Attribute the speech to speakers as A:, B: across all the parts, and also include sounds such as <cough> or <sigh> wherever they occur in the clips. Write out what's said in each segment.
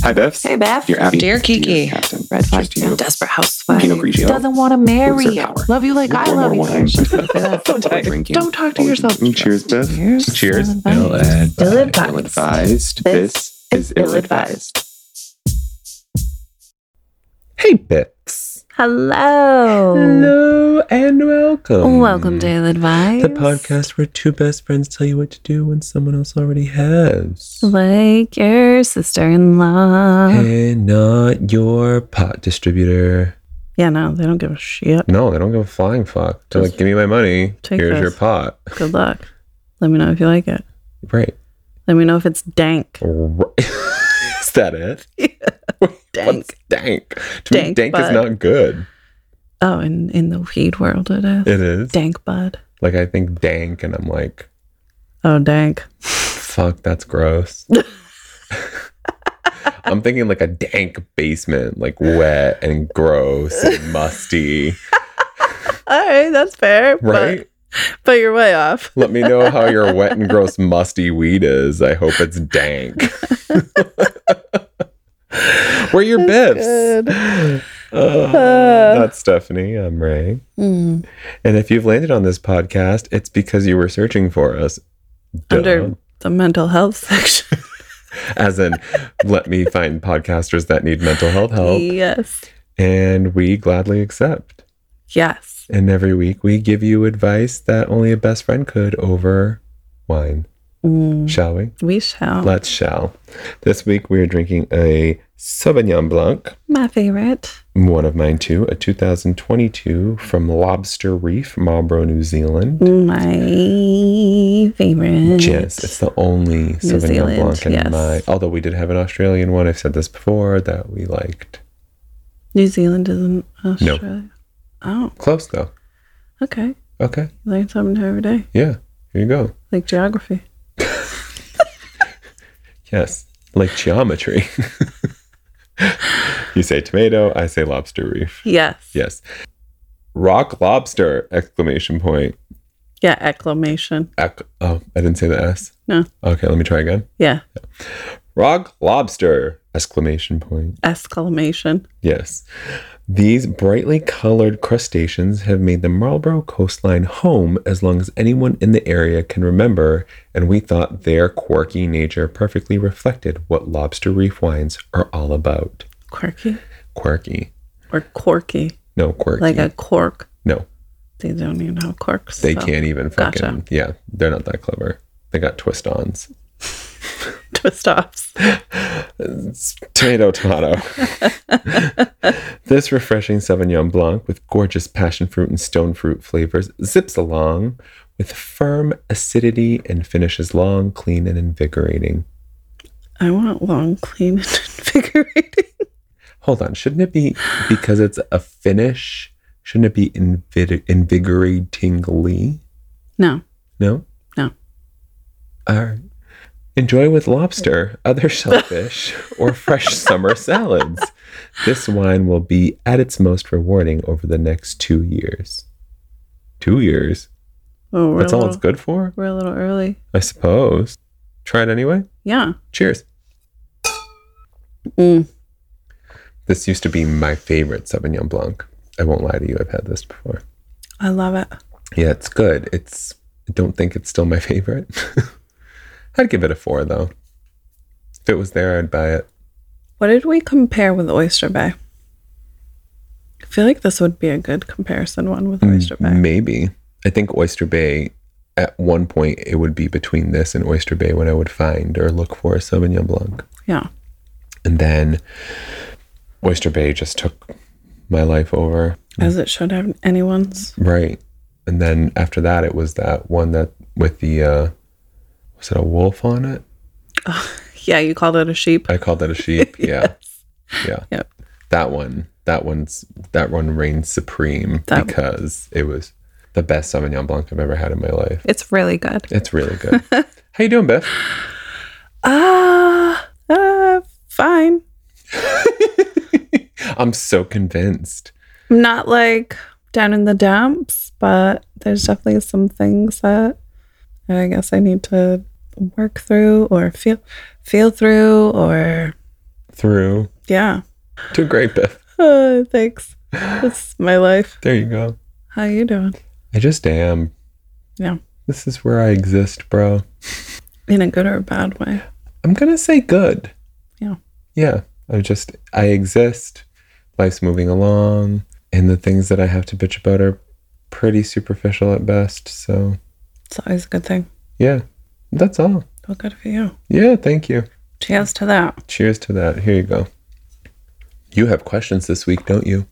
A: Hi, Bevs.
B: Hey, Beth.
A: You're Abby.
C: Dear Kiki.
A: You're Captain.
B: Red flag.
A: Just you.
B: Desperate housewife.
A: Pinot Grigio.
B: Doesn't want to marry
A: Loser
B: you.
A: power.
B: Love you like I
A: One
B: love
A: more
B: you.
A: wine. <laughs> Drinking.
B: <laughs> Don't talk to
A: Always-
B: yourself.
A: Mm, Cheers, Beth.
B: Cheers.
D: Cheers.
B: Ill
D: Ill-advised.
B: advised.
A: Ill-advised. This is ill-advised.
D: Hey, Bix.
B: Hello.
D: Hello and welcome.
B: Welcome to Ill Advice.
D: the podcast where two best friends tell you what to do when someone else already has.
B: Like your sister in law.
D: And not your pot distributor.
B: Yeah, no, they don't give a shit.
D: No, they don't give a flying fuck. They're
B: Just
D: like, give me my money.
B: take
D: Here's your
B: this."
D: pot.
B: Good luck. Let me know if you like it.
D: Right.
B: Let me know if it's dank.
D: Right. <laughs> is that
B: <laughs>
D: it? What's
B: Dank.
D: dank? To me,
B: Dank
D: dank is
B: bud.
D: not good.
B: Oh, in, in the weed world, it is.
D: It is.
B: Dank bud.
D: Like, I think dank, and I'm like,
B: Oh, dank.
D: Fuck, that's
B: <laughs>
D: gross. I'm thinking like a dank basement, like wet and gross and musty,
B: All right, that's fair.
D: right?
B: But, but you're way off.
D: Let me know how your wet and gross musty weed is. I hope it's dank.
B: <laughs>
D: Where are your
B: That's
D: biffs? Uh,
B: Uh.
D: that's Stephanie. I'm Ray.
B: Mm.
D: And if you've landed on this podcast, it's because you were searching for us. Duh.
B: Under the mental health <laughs> section.
D: As in, let me find podcasters that need mental health help.
B: Yes.
D: and we gladly accept.
B: Yes.
D: And every week we give you advice that only a best friend could over wine.
B: Mm,
D: Shall we?
B: we shall.
D: Let's shall. This week we are drinking a Sauvignon Blanc,
B: My favorite.
D: one of mine too, a 2022 from Lobster Reef, Marlborough, New Zealand.
B: My favorite.
D: Yes, it's the only Sauvignon
B: Zealand,
D: Blanc in
B: yes.
D: my. Although we did have an Australian one, I've said this before that we liked.
B: New Zealand isn't Australia. Oh,
D: Close though.
B: okay. You
D: Okay.
B: learn something new every day,
D: Yeah. Here you go.
B: like geography.
D: Yes, like geometry. <laughs> you say tomato, I say lobster reef.
B: Yes.
D: Yes. Rock lobster! Exclamation point.
B: Yeah. Acclamation.
D: Ec- oh, I didn't say the S.
B: No.
D: Okay, let me try again.
B: Yeah.
D: Rock lobster! Exclamation point.
B: Exclamation.
D: Yes. These brightly colored crustaceans have made the Marlborough coastline home as long as anyone in the area can remember, and we thought their quirky nature perfectly reflected what lobster reef wines are all about.
B: Quirky
D: quirky.
B: or quirky,
D: No, quirky.
B: like a cork.
D: no,
B: They don't even have corks.
D: they
B: so.
D: can't even fucking.
B: Gotcha.
D: Yeah, they're not that clever. They got twist ons.
B: <laughs> twist offs.
D: Tomato, tomato. <laughs> this refreshing Sauvignon Blanc with gorgeous passion fruit and stone fruit flavors zips along with firm acidity and finishes long, clean, and invigorating.
B: I want long, clean, and <laughs> invigorating.
D: Hold on, shouldn't it be because it's a finish? Shouldn't it be invig- invigoratingly?
B: No.
D: No?
B: No.
D: All right. Enjoy with lobster, other
B: <laughs>
D: shellfish, or fresh summer salads. This wine will be at its most rewarding over the next two years. Two years?
B: Well, we're
D: That's
B: a
D: all
B: little,
D: it's good for,
B: We're a little early.
D: I suppose. Try it anyway.
B: Yeah.
D: Cheers.
B: Mm.
D: This used to be my favorite Sauvignon Blanc. I won't lie to you, I've had this before.
B: I love it.
D: Yeah, it's good. It's I don't think it's still my <laughs> favorite. I'd give it a four though. If it was there, I'd buy it.
B: What did we compare with Oyster Bay? I feel like this would be a good comparison one with
D: Mm,
B: Oyster Bay.
D: Maybe. I think Oyster Bay, at one point, it would be between this and Oyster Bay when I would find or look for a Sauvignon Blanc.
B: Yeah.
D: And then Oyster Bay just took my life over.
B: As it should have anyone's.
D: Right. And then after that, it was that one that with the, uh, was it a wolf on it?
B: Yeah, you called it a sheep.
D: I called that a
B: <laughs>
D: sheep. Yeah. Yeah.
B: Yep.
D: That one. That one's that one reigns supreme
B: That-
D: because it was the best Sauvignon Blanc I've ever had in my life.
B: It's really good.
D: It's really good. <laughs> How you doing, Beth?
B: Ah, uh, fine.
D: I'm so convinced.
B: I'm not like down in the dumps, but there's definitely some things that I guess I need to work through or feel feel through or
D: through
B: Yeah. <laughs>
D: to Great Biff.
B: Uh, thanks. That's my life.
D: There you go.
B: How you doing?
D: I just am.
B: Yeah.
D: This is where I exist, bro.
B: In a good or a bad way.
D: I'm going to say good.
B: Yeah.
D: Yeah. I just, I exist. Life's moving along. And the things that I have to bitch about are pretty superficial at best. So,
B: It's always a good thing.
D: yeah. That's all.
B: Well, good for you.
D: Yeah. Thank you.
B: Cheers to that.
D: Cheers to that. Here you go. You have questions this week, don't you?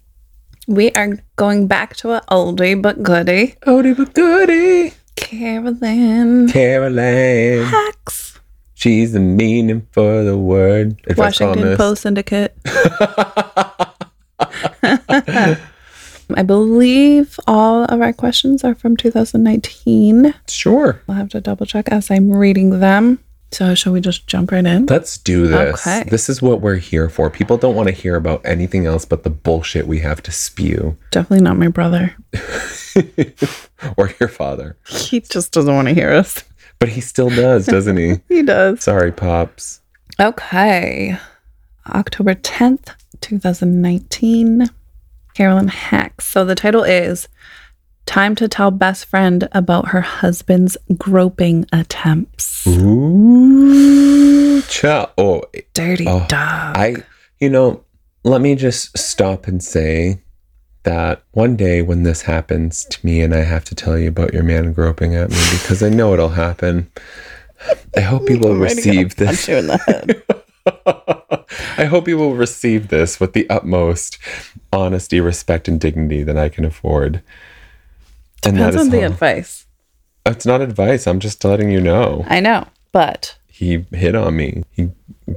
B: We are going back to an oldie but goodie.
D: Odie but goodie.
B: Carolyn
D: Caroline.
B: Hacks.
D: She's the meaning for the word. If
B: Washington Post <laughs> Syndicate. I believe all of our questions are from 2019.
D: Sure.
B: I'll have to double check as I'm reading them. So, shall we just jump right in?
D: Let's do this.
B: Okay.
D: This is what we're here for. People don't want to hear about anything else but the bullshit we have to spew <laughs>
B: Definitely not my brother.
D: or your father.
B: He just doesn't want to hear us.
D: But he still does, doesn't
B: <laughs>
D: he?
B: He does.
D: Sorry, Pops.
B: Okay. October 10th, 2019. Carolyn Hacks. So the title is Time to Tell Best Friend About Her Husband's Groping Attempts.
D: Ooh. Cha. Oh,
B: Dirty
D: Oh,
B: dog. <laughs>
D: I, you know, let me just stop and say that one day when this happens to me and I have to tell you about your man groping at me because I know it'll happen, I hope
B: <laughs>
D: you will receive this.
B: you in the head.
D: <laughs> I hope you will receive this with the utmost honesty, respect, and dignity that I can afford. And that
B: Depends
D: is
B: on the
D: all.
B: advice.
D: It's not advice. I'm just letting you know.
B: I know, but
D: He hit on me. He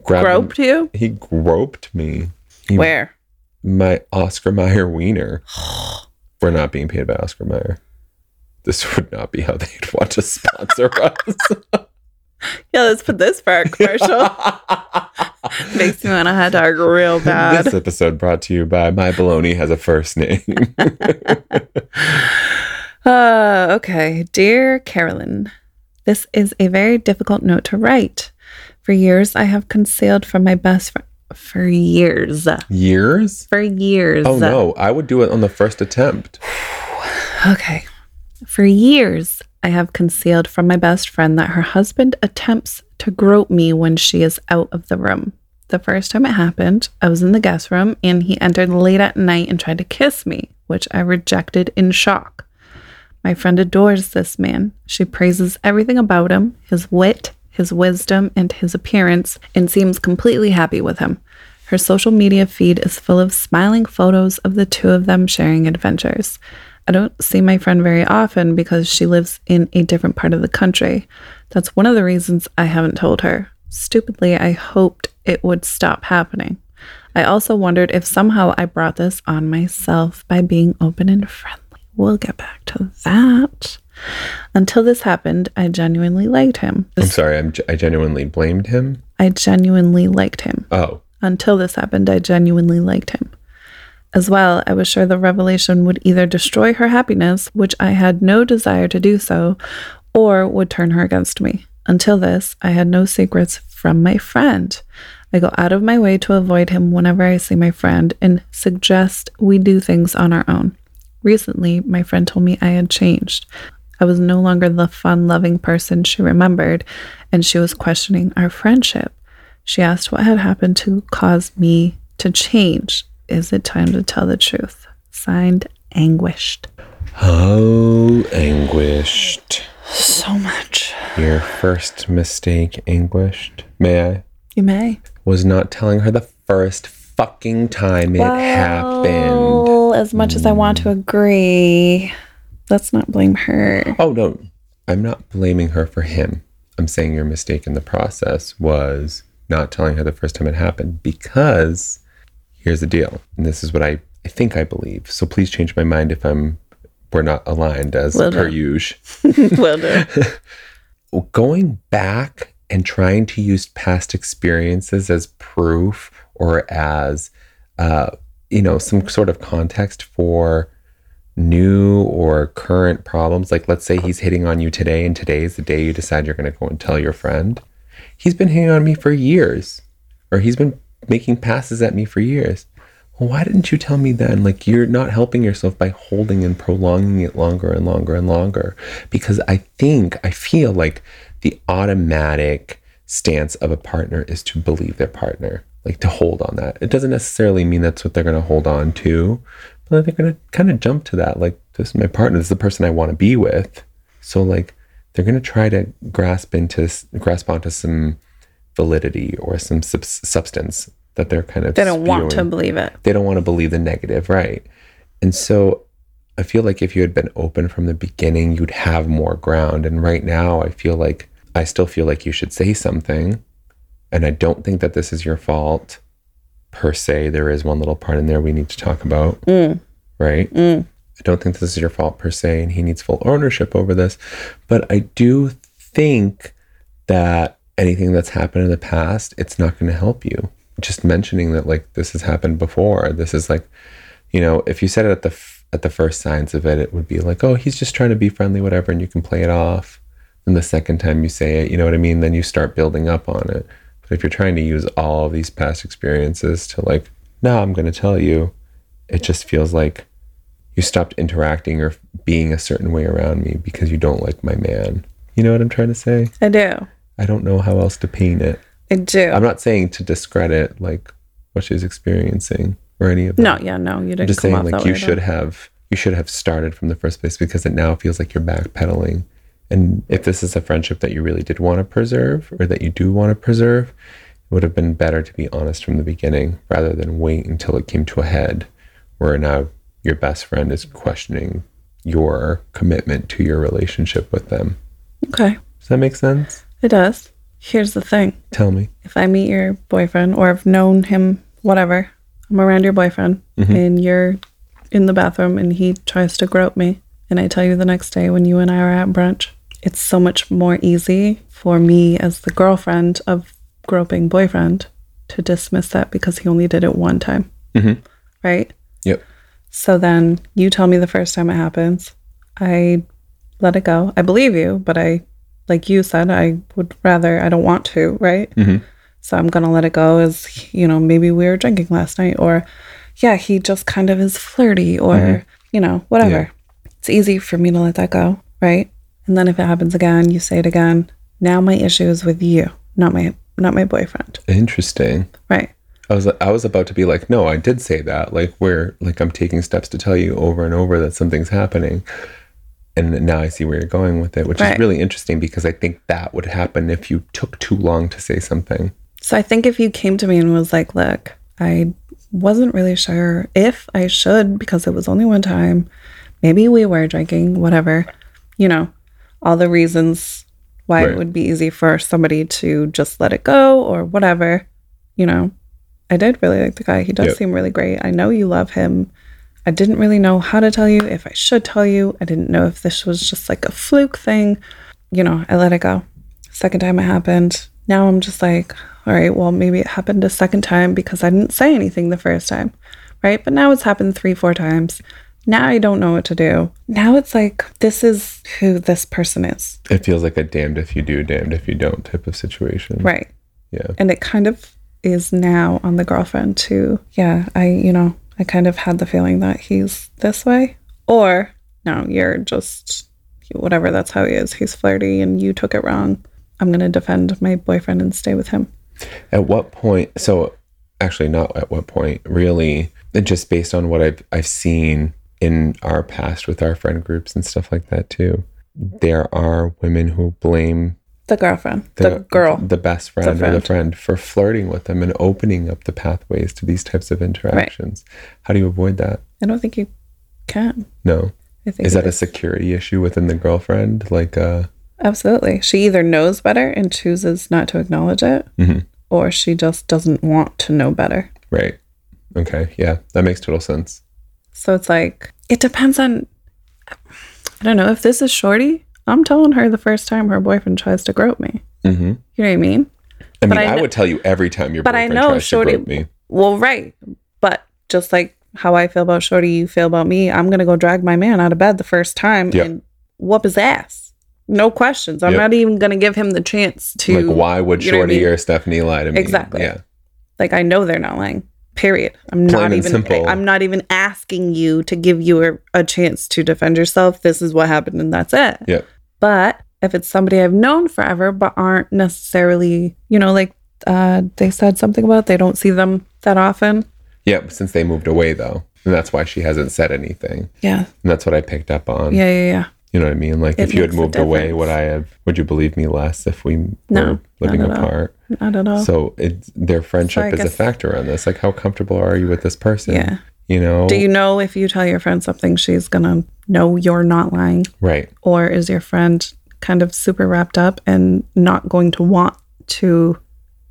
D: grabbed.
B: groped you?
D: He groped me. He
B: Where?
D: my Oscar Mayer wiener. We're not being paid by Oscar Mayer. This would not be how they'd <laughs> want to sponsor us.
B: Yeah, let's put this for
D: <laughs>
B: our commercial. Makes me want a hot dog real bad.
D: This episode brought to you by My Baloney Has a First Name. <laughs>
B: Uh, okay. Dear Carolyn, this is a very difficult note to write. For years, I have concealed from my best friend. For years.
D: Years?
B: For years.
D: Oh no, I would do it on the first attempt.
B: Okay. For years, I have concealed from my best friend that her husband attempts to grope me when she is out of the room. The first time it happened, I was in the guest room and he entered late at night and tried to kiss me, which I rejected in shock. My friend adores this man. She praises everything about him his wit, his wisdom, and his appearance, and seems completely happy with him. Her social media feed is full of smiling photos of the two of them sharing adventures. I don't see my friend very often because she lives in a different part of the country. That's one of the reasons I haven't told her. Stupidly, I hoped it would stop happening. I also wondered if somehow I brought this on myself by being open and friendly. We'll get back to that. Until this happened, I genuinely liked him.
D: I'm sorry, I'm, I genuinely blamed him.
B: I genuinely liked him.
D: Oh,
B: Until this happened, I genuinely liked him. As well, I was sure the revelation would either destroy her happiness, which I had no desire to do so, or would turn her against me. Until this, I had no secrets from my friend. I go out of my way to avoid him whenever I see my friend and suggest we do things on our own. Recently, my friend told me I had changed. I was no longer the fun loving person she remembered, and she was questioning our friendship. She asked what had happened to cause me to change. Is it time to tell the truth? Signed, anguished.
D: how anguished.
B: So much.
D: Your first mistake, anguished. May I?
B: You may.
D: Was not telling her the first fucking time it happened.
B: as much as I want to agree, let's not blame her.
D: Oh no, I'm not blaming her for him. I'm saying your mistake in the process was not telling her the first time it happened because here's the deal, and this is what I, I think I believe. So please change my mind if I'm we're not aligned as
B: Will do.
D: per usual.
B: <laughs> well done.
D: <laughs> Going back and trying to use past experiences as proof or as uh, you know some sort of context for new or current problems like let's say he's hitting on you today and today is the day you decide you're going to go and tell your friend he's been hitting on me for years or he's been making passes at me for years. Well, why didn't you tell me then? Like, you're not helping yourself by holding and prolonging it longer and longer and longer. Because I think, I feel like the automatic stance of a partner is to believe their partner, like to hold on that. It doesn't necessarily mean that's what they're going to hold on to, but they're going to kind of jump to that. Like, this is my partner, this is the person I want to be with. So, like, they're going to try to grasp into, grasp onto some validity or some subs- substance that they're kind of
B: They don't want to
D: spewing
B: believe it.
D: they don't want to believe the negative, right? And so I feel like if you had been open from the beginning, you'd have more ground. And right now, I feel like I still feel like you should say something. And I don't think that this is your fault per se. There is one little part in there we need to talk about,
B: Mm,
D: right?
B: mm.
D: I don't think this is your fault per se, and he needs full ownership over this. But I do think that anything that's happened in the past, it's not going to help you. Just mentioning that, like this has happened before. This is like, you know, if you said it at the f- at the first signs of it, it would be like, oh, he's just trying to be friendly, whatever, and you can play it off. And the second time you say it, you know what I mean. Then you start building up on it. But if you're trying to use all these past experiences to like, no, I'm going to tell you, it just feels like you stopped interacting or being a certain way around me because you don't like my man. You know what I'm trying to say?
B: I do.
D: I don't know how else to paint it.
B: I do.
D: I'm not saying to discredit like what she's experiencing or any of that.
B: no, yeah, no, you didn't
D: I'm just
B: come
D: saying
B: off
D: like
B: that
D: you
B: way at all.
D: should have you should have started from the first place because it now feels like you're backpedaling. And if this is a friendship that you really did want to preserve or that you do want to preserve, it would have been better to be honest from the beginning rather than wait until it came to a head where now your best friend is questioning your commitment to your relationship with them.
B: Okay,
D: Does that make sense?
B: it does. Here's the thing.
D: Tell me.
B: if I meet your boyfriend or I've known him, whatever, I'm around your boyfriend and you're in the bathroom and he tries to grope me, and I tell you the next day when you and I are at brunch, it's so much more easy for me as the girlfriend of groping boyfriend to dismiss that because he only did it one time.
D: Mhm.
B: Right?
D: Yep.
B: So then you tell me the first time it happens. I let it go. I believe you, but I, like you said, I would rather, I don't want to, right? So I'm going to let it go as, you know, maybe we were drinking last night or, yeah, he just kind of is flirty or, you know, whatever. It's easy for me to let that go, right? And then if it happens again, you say it again. Now my issue is with you, not my not my boyfriend,
D: Interesting.
B: right?
D: I was I was about to be like, no, I did say that. Like where like I'm taking steps to tell you over and over that something's happening. And now I see where you're going with it, which
B: Right.
D: is really interesting because I think that would happen if you took too long to say something.
B: So I think if you came to me and was like, look, I wasn't really sure if I should because it was only one time. Maybe we were drinking, whatever, you know, all the reasons why
D: Right.
B: it would be easy for somebody to just let it go or whatever, you know. I did really like the guy. He does
D: Yep.
B: seem really great. I know you love him. I didn't really know how to tell you, if I should tell you. I didn't know if this was just like a fluke thing. You know, I let it go. Second time it happened. Now I'm just like, all right, well, maybe it happened a second time because I didn't say anything the first time. Right. But now it's happened three, four times. Now I don't know what to do. Now it's like, this is who this person is.
D: It feels like a damned if you do, damned if you don't type of situation.
B: Right.
D: Yeah.
B: And it kind of is now on the girlfriend to, yeah, I, you know, I kind of had the feeling that he's this way. Or, no, you're just whatever, that's how he is. He's flirty and you took it wrong. I'm going to defend my boyfriend and stay with him.
D: At what point? So, actually, not at what point. Really, just based on what I've I've seen in our past with our friend groups and stuff like that too. There are women who blame
B: The girlfriend, the, girl.
D: the best friend, or
B: friend.
D: the friend for flirting with them and opening up the pathways to these types of interactions. How do you avoid that?
B: I don't think you can.
D: No,
B: I think
D: is
B: it
D: that a security issue within the girlfriend? Like, uh,
B: Absolutely. She either knows better and chooses not to acknowledge it,
D: Mhm.
B: or she just doesn't want to know better.
D: right? Okay, yeah, that makes total sense.
B: So it's like, it depends on. I don't know. If this is Shorty, I'm telling her the first time her boyfriend tries to grope me.
D: Mm-hmm.
B: You know what I mean?
D: I mean,
B: I
D: I,
B: kn-
D: would tell you every time your
B: But I
D: boyfriend
B: know
D: tries
B: Shorty-
D: to grope me.
B: Well, right. But just like how I feel about Shorty, you feel about me, I'm going to go drag my man out of bed the first time
D: Yep.
B: and whoop his ass. No questions. I'm
D: Yep.
B: not even going to give him the chance to.
D: like why would
B: you know what I
D: Shorty
B: mean?
D: or Stephanie lie to me?
B: Exactly.
D: Yeah.
B: Like I know they're not lying. Period. I'm
D: Plain
B: not
D: and
B: even
D: simple.
B: I'm not even asking you to give you a, a chance to defend yourself. This is what happened and that's it.
D: Yep.
B: But if it's somebody I've known forever but aren't necessarily, you know, like uh they said something about they don't see them that often.
D: Yep. Since they moved away, though. And that's why she hasn't said anything.
B: Yeah.
D: And that's what I picked up on.
B: Yeah, yeah, yeah.
D: You know what I mean? Like,
B: It
D: if you had
B: makes a
D: moved away,
B: difference.
D: would I have, would you believe me less if we
B: No,
D: were living
B: not at all.
D: apart?
B: Not at all.
D: So it's, their friendship
B: I
D: is a
B: guess-
D: factor on this. Like, how comfortable are you with this person?
B: Yeah.
D: You know?
B: Do you know if you tell your friend something she's gonna know you're not lying?
D: right.
B: or is your friend kind of super wrapped up and not going to want to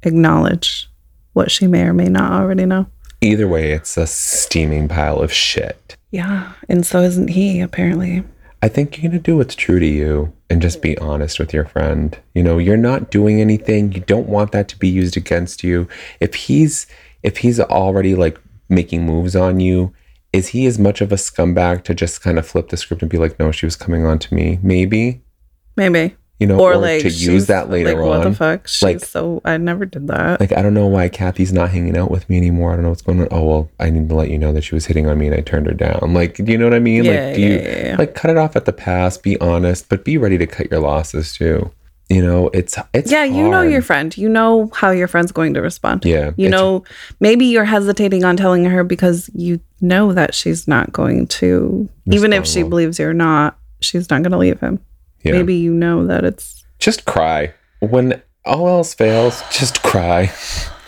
B: acknowledge what she may or may not already know?
D: Either way, it's a steaming pile of shit.
B: Yeah, and so isn't he apparently?
D: I think you're going to do what's true to you and just be honest with your friend. You know, you're not doing anything. You don't want that to be used against you. If he's if he's already like making moves on you, is he as much of a scumbag to just kind of flip the script and be like, "No, she was coming on to me." Maybe,
B: Maybe,
D: you know,
B: or, like
D: to
B: she's-
D: use that later
B: like, What the
D: on.
B: fuck? She's
D: Like-
B: so I never did that.
D: Like, I don't know why Kathy's not hanging out with me anymore. I don't know what's going on. Oh, well, I need to let you know that she was hitting on me and I turned her down. Like, do you know what I mean?
B: yeah,
D: like, do
B: yeah,
D: you,
B: yeah, yeah.
D: like cut it off at the pass be honest but be ready to cut your losses too you know it's it's
B: yeah, you know
D: hard.
B: your friend. You know how your friend's going to respond.
D: yeah
B: You
D: it's-
B: know, maybe you're hesitating on telling her because you know that she's not going to, even if
D: Respond
B: she
D: well.
B: believes you're not, she's not going to leave him.
D: yeah.
B: Maybe you know that it's
D: just cry when all else fails just cry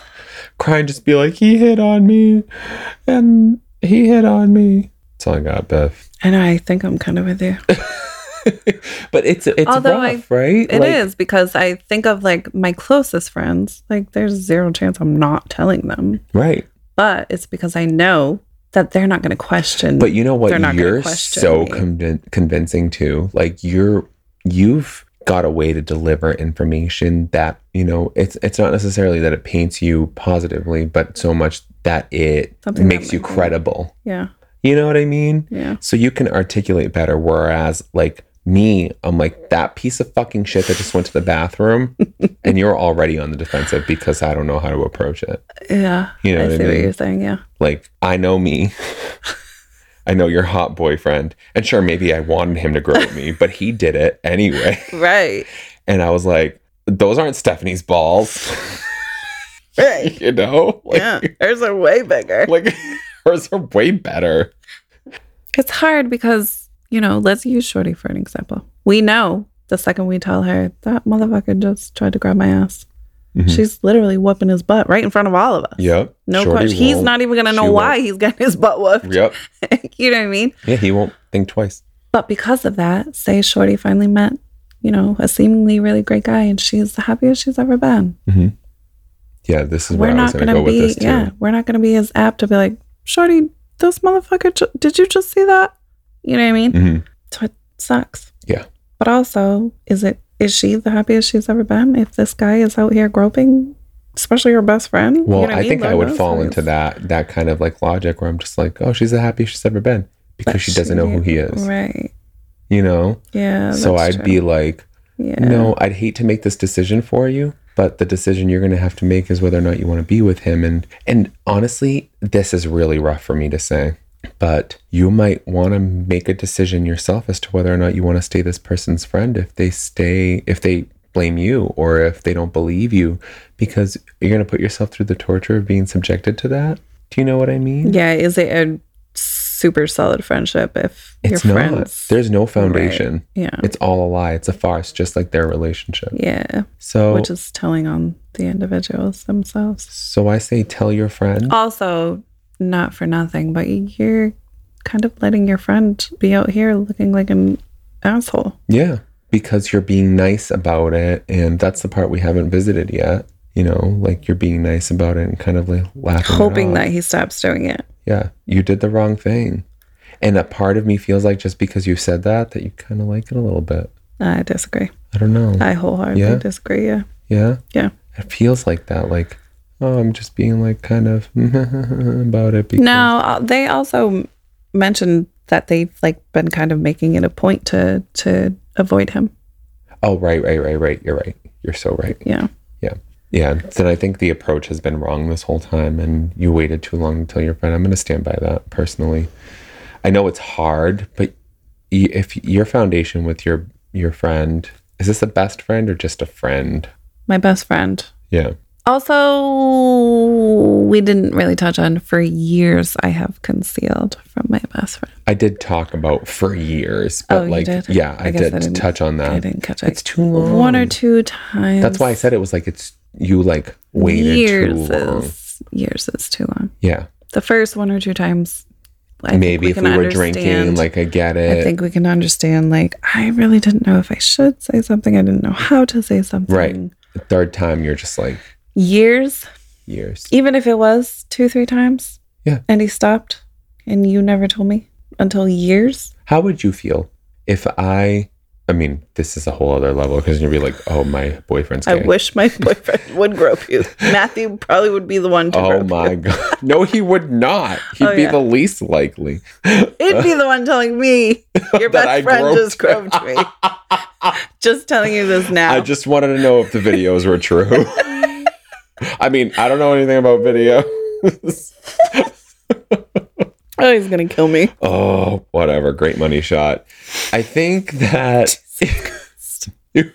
D: <laughs> cry and just be like he hit on me and he hit on me that's all i got beth <laughs>
B: And I think I'm kind of with you.
D: but it's it's
B: Although I-
D: rough right
B: It is because I think of like my closest friends, like there's zero chance I'm not telling them.
D: right
B: But it's because I know that they're not going to question.
D: But you know what?
B: they're not gonna
D: You're
B: question
D: so
B: me.
D: convin- convincing too. Like you're, you've got a way to deliver information that you know. It's it's not necessarily that it paints you positively, but so much that it
B: Something that
D: makes you
B: makes-
D: credible.
B: yeah,
D: You know what I mean?
B: yeah.
D: So you can articulate better. Whereas like me, I'm like that piece of fucking shit that just went to the
B: <laughs>
D: bathroom, and you're already on the defensive because I don't know how to approach it.
B: Yeah.
D: You know
B: I
D: what I
B: see what
D: mean?
B: you're saying. Yeah.
D: Like, I know me. <laughs> I know your hot boyfriend. And sure, maybe I wanted him to grope
B: <laughs>
D: me, but he did it anyway.
B: Right.
D: And I was like, those aren't Stephanie's balls. <laughs> you know? Like,
B: yeah. <laughs> There's a way bigger.
D: like <laughs> hers are way better.
B: It's hard because, you know, let's use Shorty for an example. We know the second we tell her that motherfucker just tried to grab my ass.
D: Mhm.
B: She's literally whooping his butt right in front of all of us.
D: Yep.
B: No
D: Shorty
B: question. He's
D: won't-
B: not even gonna
D: She
B: know
D: won't.
B: why he's getting his butt whooped.
D: Yep.
B: <laughs> you know what I mean?
D: Yeah, he won't think twice.
B: But because of that, say Shorty finally met, you know, a seemingly really great guy, and she's the happiest she's ever been.
D: Yeah, this is
B: we're
D: where I was
B: not
D: going
B: gonna
D: to go
B: be,
D: with this too.
B: yeah, we're not gonna be as apt to be like, Shorty, this motherfucker, ju- did you just see that? You know what I mean?
D: Mhm.
B: So it sucks.
D: Yeah.
B: But also, is it is she the happiest she's ever been? If this guy is out here groping, especially her best friend. You
D: Well,
B: know what
D: I
B: mean?
D: think I
B: Lord
D: would
B: knows
D: fall
B: how
D: into
B: he's-
D: that that kind of like logic where I'm just like, oh, she's the happiest she's ever been because she doesn't know who he is,
B: Right.
D: you know.
B: Yeah.
D: so I'd
B: Oh, that's true.
D: be like,
B: yeah.
D: no, I'd hate to make this decision for you, but the decision you're going to have to make is whether or not you want to be with him. And and honestly, this is really rough for me to say, but you might want to make a decision yourself as to whether or not you want to stay this person's friend if they stay if they blame you or if they don't believe you because you're going to put yourself through the torture of being subjected to that. Do you know what I mean?
B: Yeah, is it a super solid friendship if
D: It's
B: your
D: not.
B: friends?
D: There's no foundation.
B: yeah,
D: It's all a lie. It's a farce, just like their relationship.
B: yeah,
D: So
B: which is telling on the individuals themselves.
D: So I say tell your friend.
B: Also, not for nothing, but you're kind of letting your friend be out here looking like an asshole.
D: Yeah, because you're being nice about it. And that's the part we haven't visited yet. You know, like you're being nice about it and kind of like laughing. it
B: Hoping
D: off.
B: that he stops doing it.
D: Yeah, you did the wrong thing. And a part of me feels like just because you said that, that you kind of like it a little bit.
B: I disagree.
D: I don't know.
B: I wholeheartedly
D: Yeah?
B: disagree. Yeah.
D: yeah.
B: Yeah.
D: It feels like that. Like, oh, I'm just being like kind of <laughs> about it. Because,
B: No, uh, they also mentioned that they've like been kind of making it a point to to avoid him.
D: Oh, right, right, right, right. You're right. You're so right.
B: Yeah.
D: Yeah. Then I think the approach has been wrong this whole time, and you waited too long until you're fine. I'm going to stand by that personally. I know it's hard, but y- if your foundation with your your friend is this a best friend or just a friend?
B: My best friend.
D: Yeah.
B: Also, we didn't really touch on for years I have concealed from my best friend.
D: I did talk about for years, but
B: Oh, you
D: like,
B: did?
D: yeah, I,
B: I guess I
D: did
B: didn't-
D: touch on
B: I
D: that.
B: didn't catch it.
D: Uh, It's too long.
B: One or two times.
D: That's why I said it was like it's you like waited
B: years
D: too long.
B: is years is too long.
D: Yeah,
B: The first one or two times, I think
D: maybe if
B: can
D: we were drinking,
B: understand-
D: like I get
B: I
D: it.
B: think we can understand. Like, I really didn't know if I should say something. I didn't know how to say something.
D: Right. the third time, you're just like
B: Years,
D: years.
B: even if it was two, three times.
D: Yeah.
B: And he stopped, and you never told me until years.
D: How would you feel if I? I mean, this is a whole other level because you'd be like, "Oh, my boyfriend's
B: I
D: gay."
B: wish my <laughs> boyfriend would grope you. Matthew probably would be the one to
D: oh
B: grope
D: my
B: <laughs> you.
D: god! No, he would not. He'd
B: Oh,
D: be
B: yeah.
D: the least likely.
B: It'd be the one telling
D: <laughs>
B: me your best
D: I
B: friend
D: groped
B: just groped me. <laughs> just telling you this now.
D: I just wanted to know if the videos were
B: <laughs>
D: true. I mean, I don't know anything about videos.
B: oh, he's gonna
D: <laughs>
B: kill me.
D: oh, whatever. Great money shot. I think that
B: Sorry,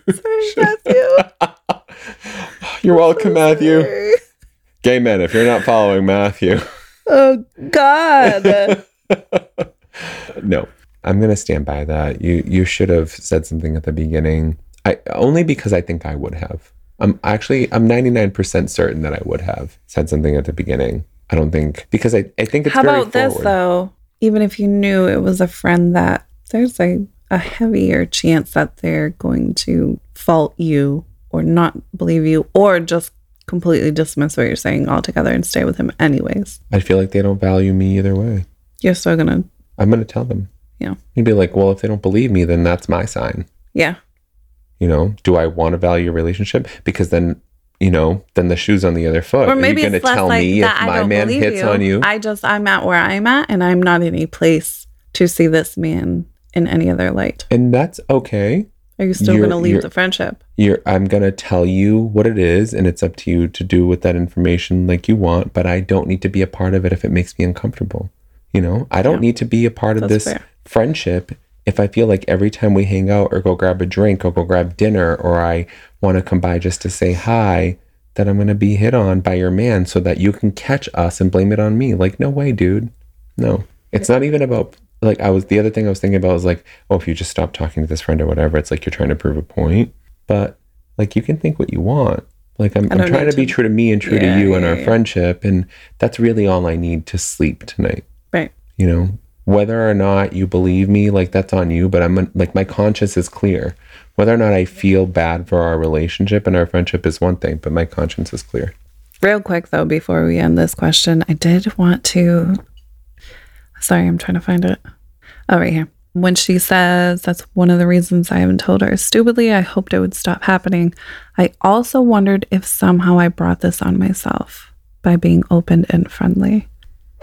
B: Matthew.
D: <laughs> you're welcome, Matthew.
B: Sorry.
D: Gay men, if you're not following Matthew,
B: <laughs> Oh
D: <laughs>
B: God.
D: no. I'm gonna stand by that. You you should have said something at the beginning. I only because I think I would have. I'm actually I'm 99% certain that I would have said something at the beginning. I don't think because I, I think it's
B: How
D: very
B: about this
D: forward.
B: though? Even if you knew it was a friend that there's a, a heavier chance that they're going to fault you or not believe you or just completely dismiss what you're saying altogether and stay with him anyways.
D: I feel like they don't value me either way.
B: You're still gonna
D: I'm gonna tell them.
B: Yeah.
D: You'd be like, well, if they don't believe me, then that's my sign.
B: Yeah.
D: You know, do I want to value a relationship? Because then, you know, then the shoe's on the other foot.
B: Or maybe
D: Are you
B: it's
D: gonna
B: less
D: tell
B: like
D: me
B: that
D: if
B: I
D: my
B: don't
D: man
B: believe
D: hits
B: you.
D: on you?
B: I just I'm at where I'm at and I'm not in a place to see this man in any other light.
D: and that's okay.
B: Are you still
D: You're-
B: gonna leave
D: you're-
B: the friendship?
D: You're I'm gonna tell you what it is, and it's up to you to do with that information like you want, but I don't need to be a part of it if it makes me uncomfortable. You know, I don't
B: Yeah.
D: need to be a part of this
B: That's fair.
D: friendship if I feel like every time we hang out or go grab a drink or go grab dinner or I want to come by just to say hi, that I'm going to be hit on by your man so that you can catch us and blame it on me. Like, no way, dude. No. It's not even about, like, I was, the other thing I was thinking about was like, oh, if you just stop talking to this friend or whatever, it's like you're trying to prove a point. But, like, you can think what you want. Like, I'm,
B: I
D: I'm
B: don't
D: trying
B: need
D: to be
B: to-
D: true to me and true
B: Yeah,
D: to you and
B: yeah,
D: our
B: yeah.
D: friendship. And that's really all I need to sleep tonight
B: Right.
D: you know whether or not you believe me like that's on you but i'm like my conscience is clear whether or not i feel bad for our relationship and our friendship is one thing but my conscience is clear
B: Real quick though, before we end this question, I did want to. Sorry, I'm trying to find it. Oh, right here. When she says that's one of the reasons I haven't told her. Stupidly, I hoped it would stop happening. I also wondered if somehow I brought this on myself by being open and friendly. <sighs>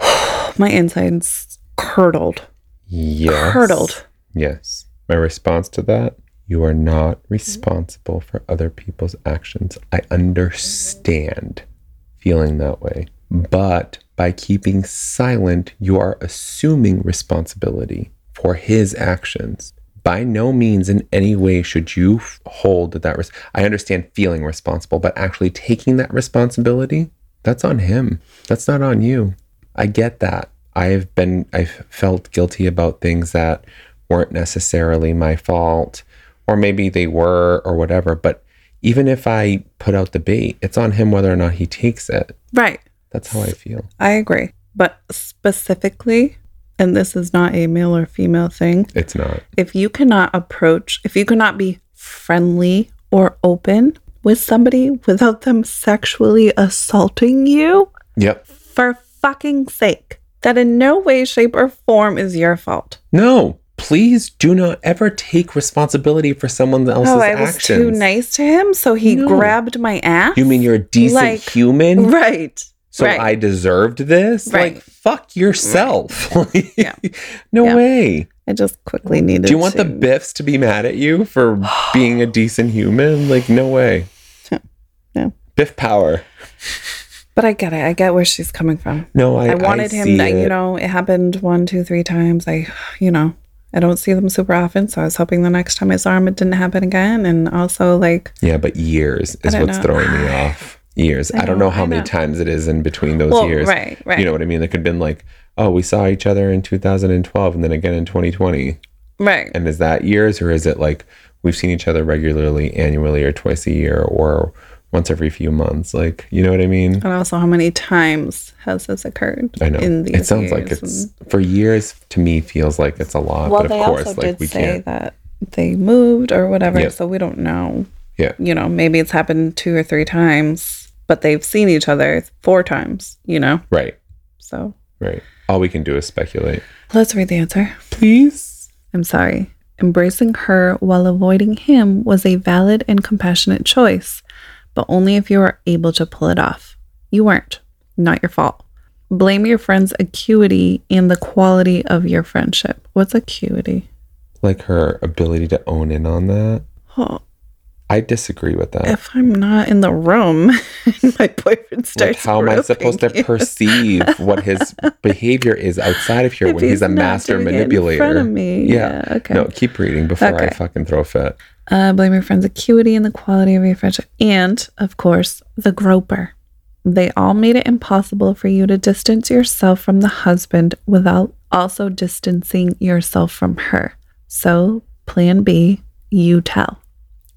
B: My insides curdled,
D: yes
B: curdled.
D: yes my response to that you are not responsible for other people's actions i understand feeling that way but by keeping silent you are assuming responsibility for his actions by no means in any way should you f- hold that res- i understand feeling responsible but actually taking that responsibility that's on him that's not on you i get that i've been i've felt guilty about things that weren't necessarily my fault or maybe they were or whatever but even if i put out the bait it's on him whether or not he takes it
B: Right.
D: that's how i feel
B: I agree. But specifically, and this is not a male or female thing,
D: it's not
B: if you cannot approach, if you cannot be friendly or open with somebody without them sexually assaulting you,
D: yep
B: for fucking sake, that in no way, shape, or form is your fault.
D: no please do not ever take responsibility for someone else's
B: oh, I was
D: actions
B: too nice to him, so he
D: No.
B: grabbed my ass.
D: you mean you're a decent
B: Like,
D: human
B: right?
D: so
B: right.
D: i deserved this like
B: Right.
D: fuck yourself
B: Yeah.
D: <laughs> no
B: Yeah.
D: way
B: I just quickly needed.
D: Do you want
B: to-
D: the Biffs
B: <sighs>
D: to be mad at you for being a decent human? Like, no way.
B: No.
D: Biff Power.
B: But I get it. I get where she's coming from.
D: No, I,
B: I wanted
D: see
B: him that,
D: it.
B: you know, it happened one, two, three times. I, you know, I don't see them super often. So I was hoping the next time I saw him, it didn't happen again. And also, like,
D: Yeah, but years is
B: don't
D: what's
B: know.
D: throwing me
B: <sighs>
D: off. Years. I, don't
B: know,
D: know how
B: I
D: many
B: know.
D: times it is in between those
B: well,
D: years.
B: right, right,
D: You know what I mean? That could have been like, oh, we saw each other in 2012 and then again in 2020.
B: right.
D: And is that years or is it like we've seen each other regularly, annually, or twice a year, or once every few months? Like, you know what I mean?
B: And also, how many times has this occurred?
D: I know.
B: In these
D: It sounds like
B: years?
D: it's for years to me feels like it's a lot,
B: And- well,
D: but
B: they
D: of course,
B: also
D: like
B: did
D: we
B: say
D: can't.
B: that they moved or whatever.
D: Yep.
B: So we don't know.
D: Yeah.
B: You know, maybe it's happened two or three times, but they've seen each other four times. You know,
D: Right,
B: so
D: right. All we can do is speculate.
B: let's read the answer.
D: Please.
B: I'm sorry. Embracing her while avoiding him was a valid and compassionate choice, but only if you were able to pull it off. You weren't. Not your fault. Blame your friend's acuity and the quality of your friendship. What's acuity?
D: Like her ability to own in on that.
B: Oh,
D: I disagree with that.
B: if I'm not in the room, <laughs> my
D: like
B: boyfriend starts.
D: how am I supposed to
B: groping you.
D: perceive what
B: <laughs>
D: his behavior is outside of here
B: If
D: when he's, a
B: not
D: master
B: doing it In front
D: manipulator?
B: of me.
D: Yeah.
B: Yeah. okay.
D: No, keep reading before I
B: Okay.
D: fucking throw a fit.
B: Uh, blame your friend's acuity and the quality of your friendship. And, of course, the groper. They all made it impossible for you to distance yourself from the husband without also distancing yourself from her. So, plan B, you tell.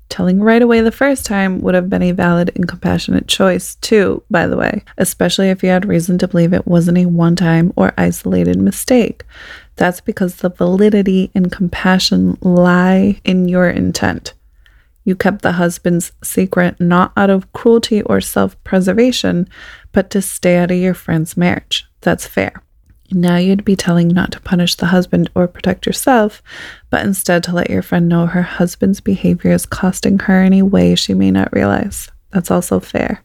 B: Telling right away the first time would have been a valid and compassionate choice, too, by the way, especially if you had reason to believe it wasn't a one time or isolated mistake. That's because the validity and compassion lie in your intent. You kept the husband's secret not out of cruelty or self preservation, but to stay out of your friend's marriage. That's fair. Now you'd be telling not to punish the husband or protect yourself, but instead to let your friend know her husband's behavior is costing her in a way she may not realize. That's also fair.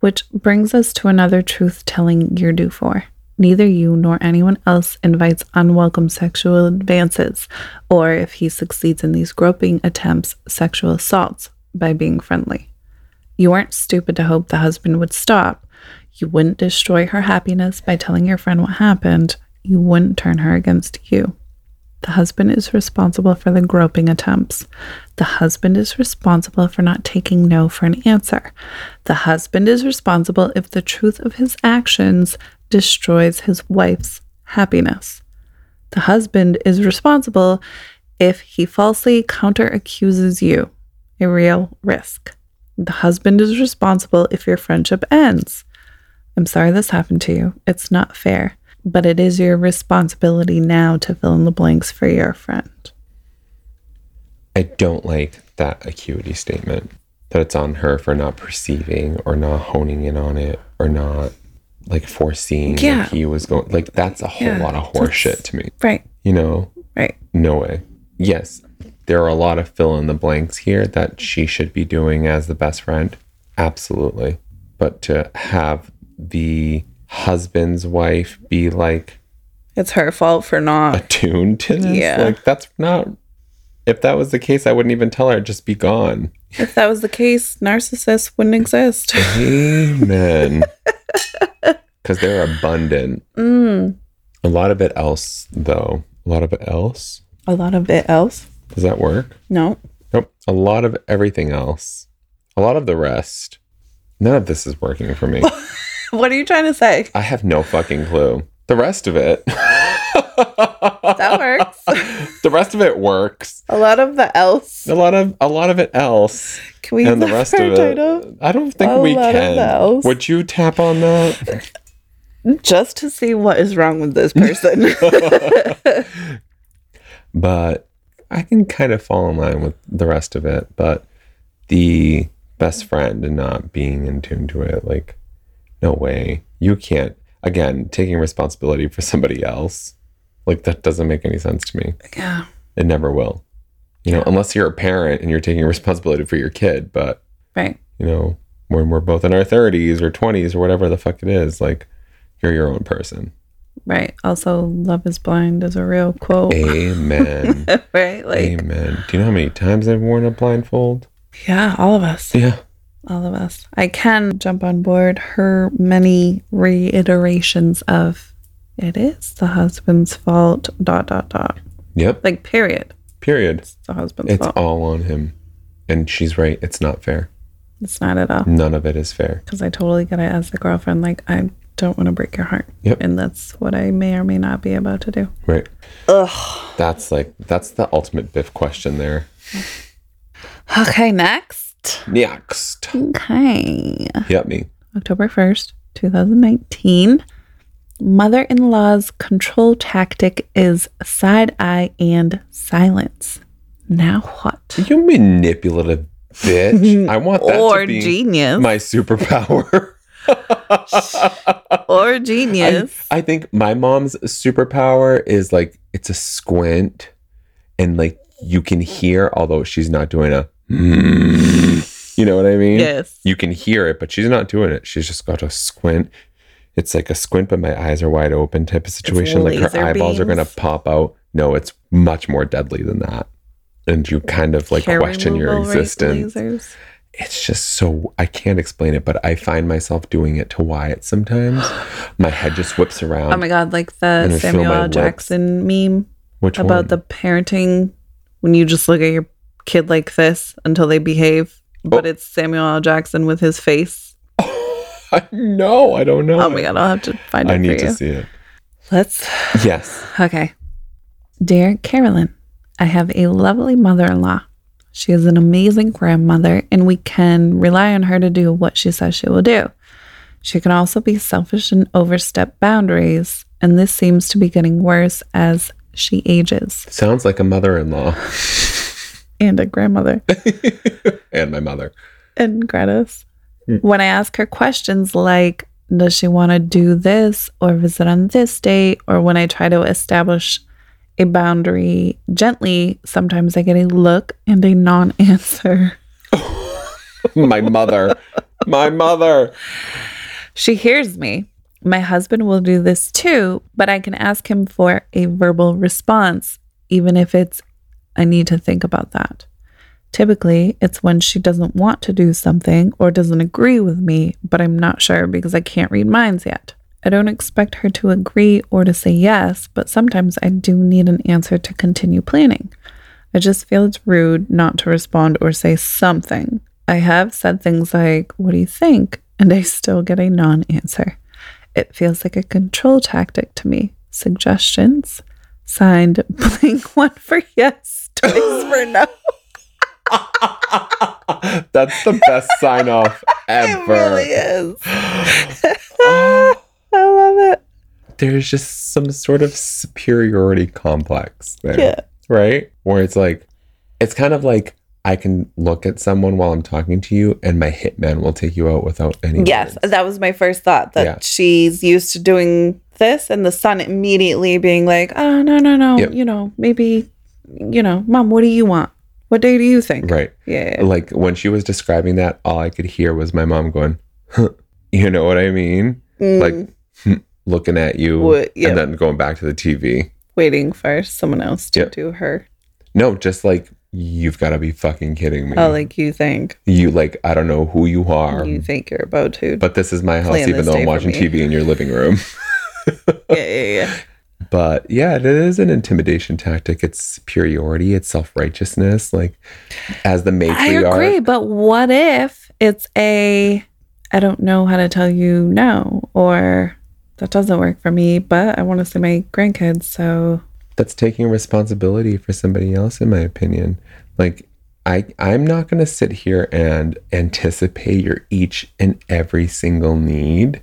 B: Which brings us to another truth telling you're due for. Neither you nor anyone else invites unwelcome sexual advances, or if he succeeds in these groping attempts, sexual assaults by being friendly. You weren't stupid to hope the husband would stop. You wouldn't destroy her happiness by telling your friend what happened. You wouldn't turn her against you. The husband is responsible for the groping attempts. The husband is responsible for not taking no for an answer. The husband is responsible if the truth of his actions destroys his wife's happiness. The husband is responsible if he falsely counter accuses you, a real risk. The husband is responsible if your friendship ends. I'm sorry this happened to you. It's not fair, but it is your responsibility now to fill in the blanks for your friend.
D: I don't like that acuity statement that it's on her for not perceiving or not honing in on it or not like foreseeing that
B: Yeah.
D: he was going. Like that's a whole
B: Yeah,
D: lot of horseshit to me.
B: Right,
D: You know,
B: right.
D: No way. Yes, there are a lot of fill in the blanks here that she should be doing as the best friend. Absolutely. But to have the husband's wife be like
B: It's her fault for not.
D: attuned to this,
B: Yeah.
D: like that's not. If that was the case, I wouldn't even tell her, just be gone.
B: If that was the case, narcissists wouldn't <laughs> exist. <laughs>
D: Amen. Because they're abundant.
B: Mm,
D: A lot of it else, though. A lot of it else.
B: a lot of it else.
D: Does that work?
B: No.
D: Nope. A lot of everything else. A lot of the rest. None of this is working for
B: <laughs>
D: me.
B: <laughs> What are you trying to say?
D: I have no fucking clue. The rest of it. <laughs>
B: That works.
D: the rest of it works.
B: <laughs> a lot of the else.
D: A lot of a lot of it else.
B: Can we
D: and the rest of it. I don't think
B: A
D: we
B: lot of the
D: can.
B: else.
D: Would you tap on that?
B: Just to see what is wrong
D: <laughs>
B: with this person.
D: But I can kind of fall in line with the rest of it, but the best friend and not being in tune to it, like no way. You can't again, taking responsibility for somebody else. Like that doesn't make any sense to me.
B: <laughs> yeah.
D: It never will. You know, unless you're a parent and you're taking responsibility for your kid, but
B: Right.
D: you know, when we're both in our 30s or 20s or whatever the fuck it is, like you're your own person.
B: Right. Also, love is blind is a real quote.
D: Amen.
B: right. Like,
D: Amen. Do you know how many times I've worn a blindfold?
B: yeah, all of us.
D: Yeah.
B: all of us. I can jump on board her many reiterations of it is the husband's fault, dot, dot, dot.
D: Yep.
B: Like, period.
D: Period.
B: It's the husband's
D: It's
B: fault.
D: all on him. And she's right. It's not fair.
B: It's not at all.
D: None of it is fair.
B: Because I totally get it as a girlfriend. Like, I don't want to break your heart.
D: Yep.
B: And that's what I may or may not be about to do.
D: Right. Ugh. That's like that's the ultimate Biff question there.
B: Okay, next.
D: Next.
B: Okay.
D: Yep, me.
B: October 1st, 2019. Mother in law's control tactic is side eye and silence. Now what?
D: You manipulative
B: <laughs>
D: bitch. I want that
B: Or
D: to be
B: genius.
D: my superpower. <laughs>
B: or
D: I-
B: genius.
D: I, think my mom's superpower is like it's a squint and like you can hear, although she's not doing a <laughs> you know what I mean?
B: yes.
D: You can hear it, but she's not doing it. She's just got a squint. It's like a squint, but my eyes are wide open type of situation. Like her
B: laser
D: eyeballs are gonna
B: beams.
D: pop out. No, it's much more deadly than that. And you kind of like
B: Hair
D: question your
B: removal ra-
D: existence
B: lasers.
D: it's just so I can't explain it, but I find myself doing it to Wyatt sometimes.
B: <gasps>
D: my head just whips around.
B: Oh my god, like
D: and
B: the
D: I feel
B: Samuel
D: my
B: L.
D: lips.
B: Jackson meme
D: Which
B: about the parenting when you just look at your kid like this until they behave, but
D: Oh.
B: it's Samuel L. Jackson with his face.
D: <laughs> I know. I don't know.
B: Oh my god, I'll have to find it
D: I need
B: for
D: to
B: you.
D: see it.
B: Let's
D: Yes.
B: Okay. Dear Carolyn, I have a lovely mother in law. She is an amazing grandmother, and we can rely on her to do what she says she will do. She can also be selfish and overstep boundaries, and this seems to be getting worse as she ages
D: Sounds like a mother in law
B: and a grandmother.
D: <laughs> and my mother. <laughs>
B: and Greta's. When I ask her questions like, does she want to do this or visit on this day? Or when I try to establish a boundary gently, sometimes I get a look and a non <laughs> answer.
D: my mother. My mother.
B: She hears me. My husband will do this too, but I can ask him for a verbal response, even if it's, I need to think about that. Typically, it's when she doesn't want to do something or doesn't agree with me, but I'm not sure because I can't read minds yet. I don't expect her to agree or to say yes, but sometimes I do need an answer to continue planning. I just feel it's rude not to respond or say something. I have said things like, What do you think? And I still get a non answer. It feels like a control tactic to me. Suggestions? Signed, <laughs> blank one for yes, twice for no.
D: <laughs> That's the best sign off ever.
B: <laughs>
D: Oh.
B: It
D: <gasps>
B: really is. <gasps> I love it.
D: There's just some sort of superiority complex there.
B: Yeah.
D: right? Where it's like, it's kind of like I can look at someone while I'm talking to you, and my hitman will take you out without any.
B: <laughs> Yes,
D: words.
B: that was my first thought that
D: Yeah.
B: she's used to doing this, and the son immediately being like, "Oh no, no, no!
D: Yep.
B: You know, maybe, you know, mom, what do you want? What day do you think?
D: right.
B: Yeah,
D: Like when she was describing that, all I could hear was my mom going, <laughs> huh. "You know what I mean?"
B: Mm,
D: Like looking at you,
B: What- yeah.
D: and then going back to the TV.
B: waiting for someone else to
D: Yep.
B: do her.
D: No, just like you've got to be fucking kidding me.
B: Oh, like you think
D: you like I don't know who you are,
B: you think you're about to?
D: but this is my house,
B: Plan
D: even
B: this
D: though
B: day
D: I'm
B: for
D: watching
B: me.
D: TV in your living room.
B: <laughs> yeah, yeah, yeah.
D: <laughs> But yeah, it is an intimidation tactic. It's superiority. It's self righteousness. Like as the
B: I
D: matriarch,
B: agree, but what if it's a I don't know how to tell you no, or that doesn't work for me, but I want to see my grandkids, so
D: that's taking responsibility for somebody else, in my opinion. Like I, I'm not going to sit here and anticipate your each and every single need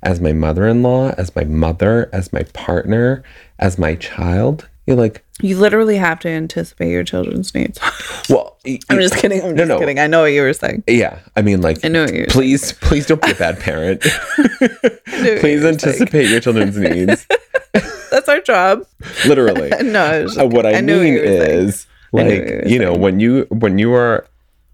D: as my mother-in-law, as my mother, as my partner, as my child. You're like,
B: You literally have to anticipate your children's needs. <laughs>
D: well, y-
B: I'm
D: y- <laughs>
B: just kidding. I'm
D: No,
B: just
D: no.
B: kidding. I know what you were saying.
D: Yeah, I mean, like,
B: I know what you're
D: please, please don't be a bad parent.
B: <laughs> you're
D: please
B: saying.
D: anticipate your children's needs.
B: That's our job. <laughs>
D: Literally,
B: No, it's
D: Uh, what I,
B: I knew what
D: mean
B: you were saying.
D: is,
B: I knew
D: like,
B: what you
D: you,
B: were
D: know, when you when you are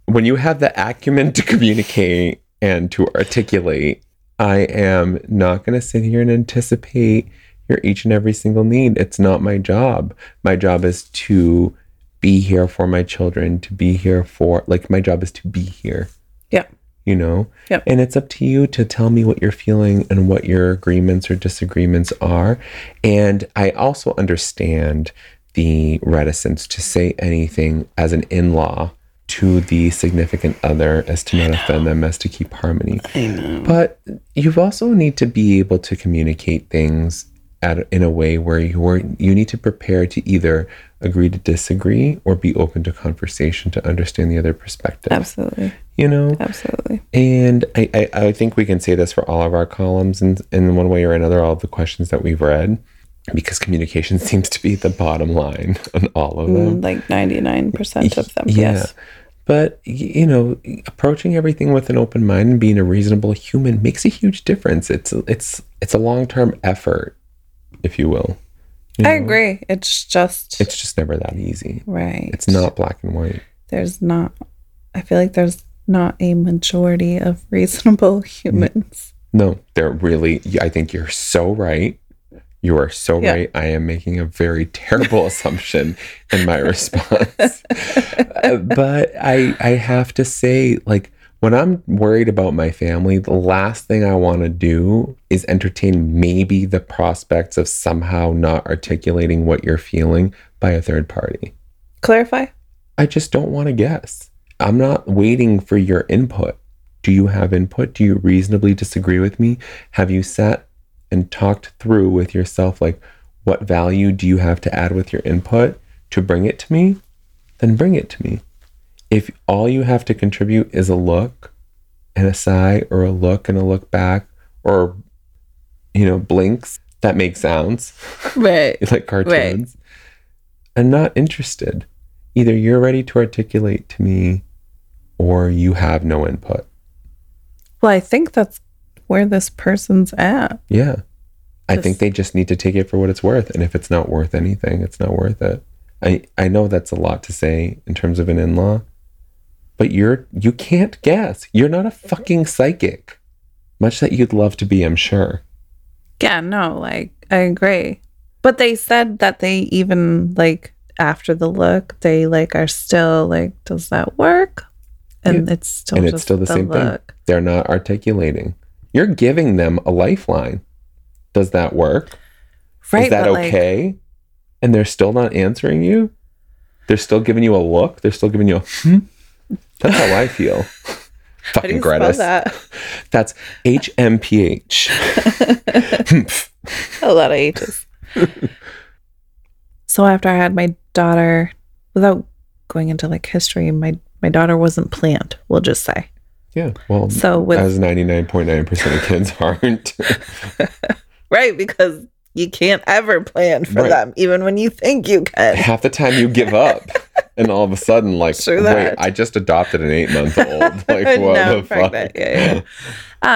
D: when you have the acumen to communicate and to articulate, I am not going to sit here and anticipate your each and every single need. It's not my job. My job is to be here for my children. To be here for, like, my job is to be here.
B: Yeah.
D: You you know?
B: Yep.
D: And it's up to you to tell me what you're feeling and what your agreements or disagreements are. And I also understand the reticence to say anything as an in law to the significant other as to not offend them, as to keep harmony.
B: I know.
D: But you also need to be able to communicate things at, in a way where you are you need to prepare to either agree to disagree or be open to conversation to understand the other perspective.
B: Absolutely.
D: You know,
B: Absolutely.
D: and I, I I think we can say this for all of our columns and in one way or another all of the questions that we've read because communication <laughs> seems to be the bottom line on all of them.
B: Mm, Like 99% of them.
D: Yeah.
B: Yes.
D: But, y- you know, approaching everything with an open mind and being a reasonable human makes a huge difference. It's it's it's a long-term effort, if you will. You
B: I
D: know?
B: agree. It's just.
D: It's just never that easy.
B: right.
D: It's not black and white.
B: There's not. I feel like there's not a majority of <laughs> reasonable humans.
D: No, they're really I think you're so right. You are so
B: Yeah.
D: right. I am making a very <laughs> terrible assumption in my response. Uh, but I I have to say like when I'm worried about my family, the last thing I want to do is entertain maybe the prospects of somehow not articulating what you're feeling by a third party.
B: Clarify.
D: I just don't want to guess. I'm not waiting for your input. Do you have input? Do you reasonably disagree with me? Have you sat and talked through with yourself, like, what value do you have to add with your input to bring it to me? Then bring it to me. If all you have to contribute is a look and a sigh, or a look and a look back, or, you know, blinks that make sounds
B: Right.
D: <laughs> like cartoons. I'm not interested. Either you're ready to articulate to me or you have no input.
B: Well, I think that's where this person's at.
D: Yeah. I
B: Just-
D: think they just need to take it for what it's worth. And if it's not worth anything, it's not worth it. I, I know that's a lot to say in terms of an in law, but you're you can't guess. You're not a fucking psychic. Much that you'd love to be, I'm sure.
B: Yeah, no, like I agree. But they said that they even like after the look, they like are still like, does that work? And it's still
D: And
B: just
D: it's still the same thing.
B: look.
D: They're not articulating. You're giving them a lifeline. Does that work?
B: Right.
D: is that
B: but, like,
D: okay? and they're still not answering you? They're still giving you a look? They're still giving you a hmm? That's how I
B: <laughs>
D: feel. <laughs>
B: how do
D: Fucking
B: you spell
D: Gretis.
B: that?
D: That's H M P
B: <laughs>
D: H. <laughs>
B: a lot of ages. <laughs> so after I had my daughter, without going into like history, my my daughter wasn't planned. We'll just say
D: Yeah. Well,
B: so with
D: as 99.9% of kids aren't. <laughs>
B: right because you can't ever plan for
D: Right.
B: them, even when you think you can.
D: Half the time you give
B: <laughs>
D: up. And all of a sudden, like,
B: True
D: wait,
B: that.
D: I just adopted an eight month old.
B: <laughs>
D: <laughs> Like, what
B: Now I'm
D: the fuck?
B: pregnant. Yeah, yeah.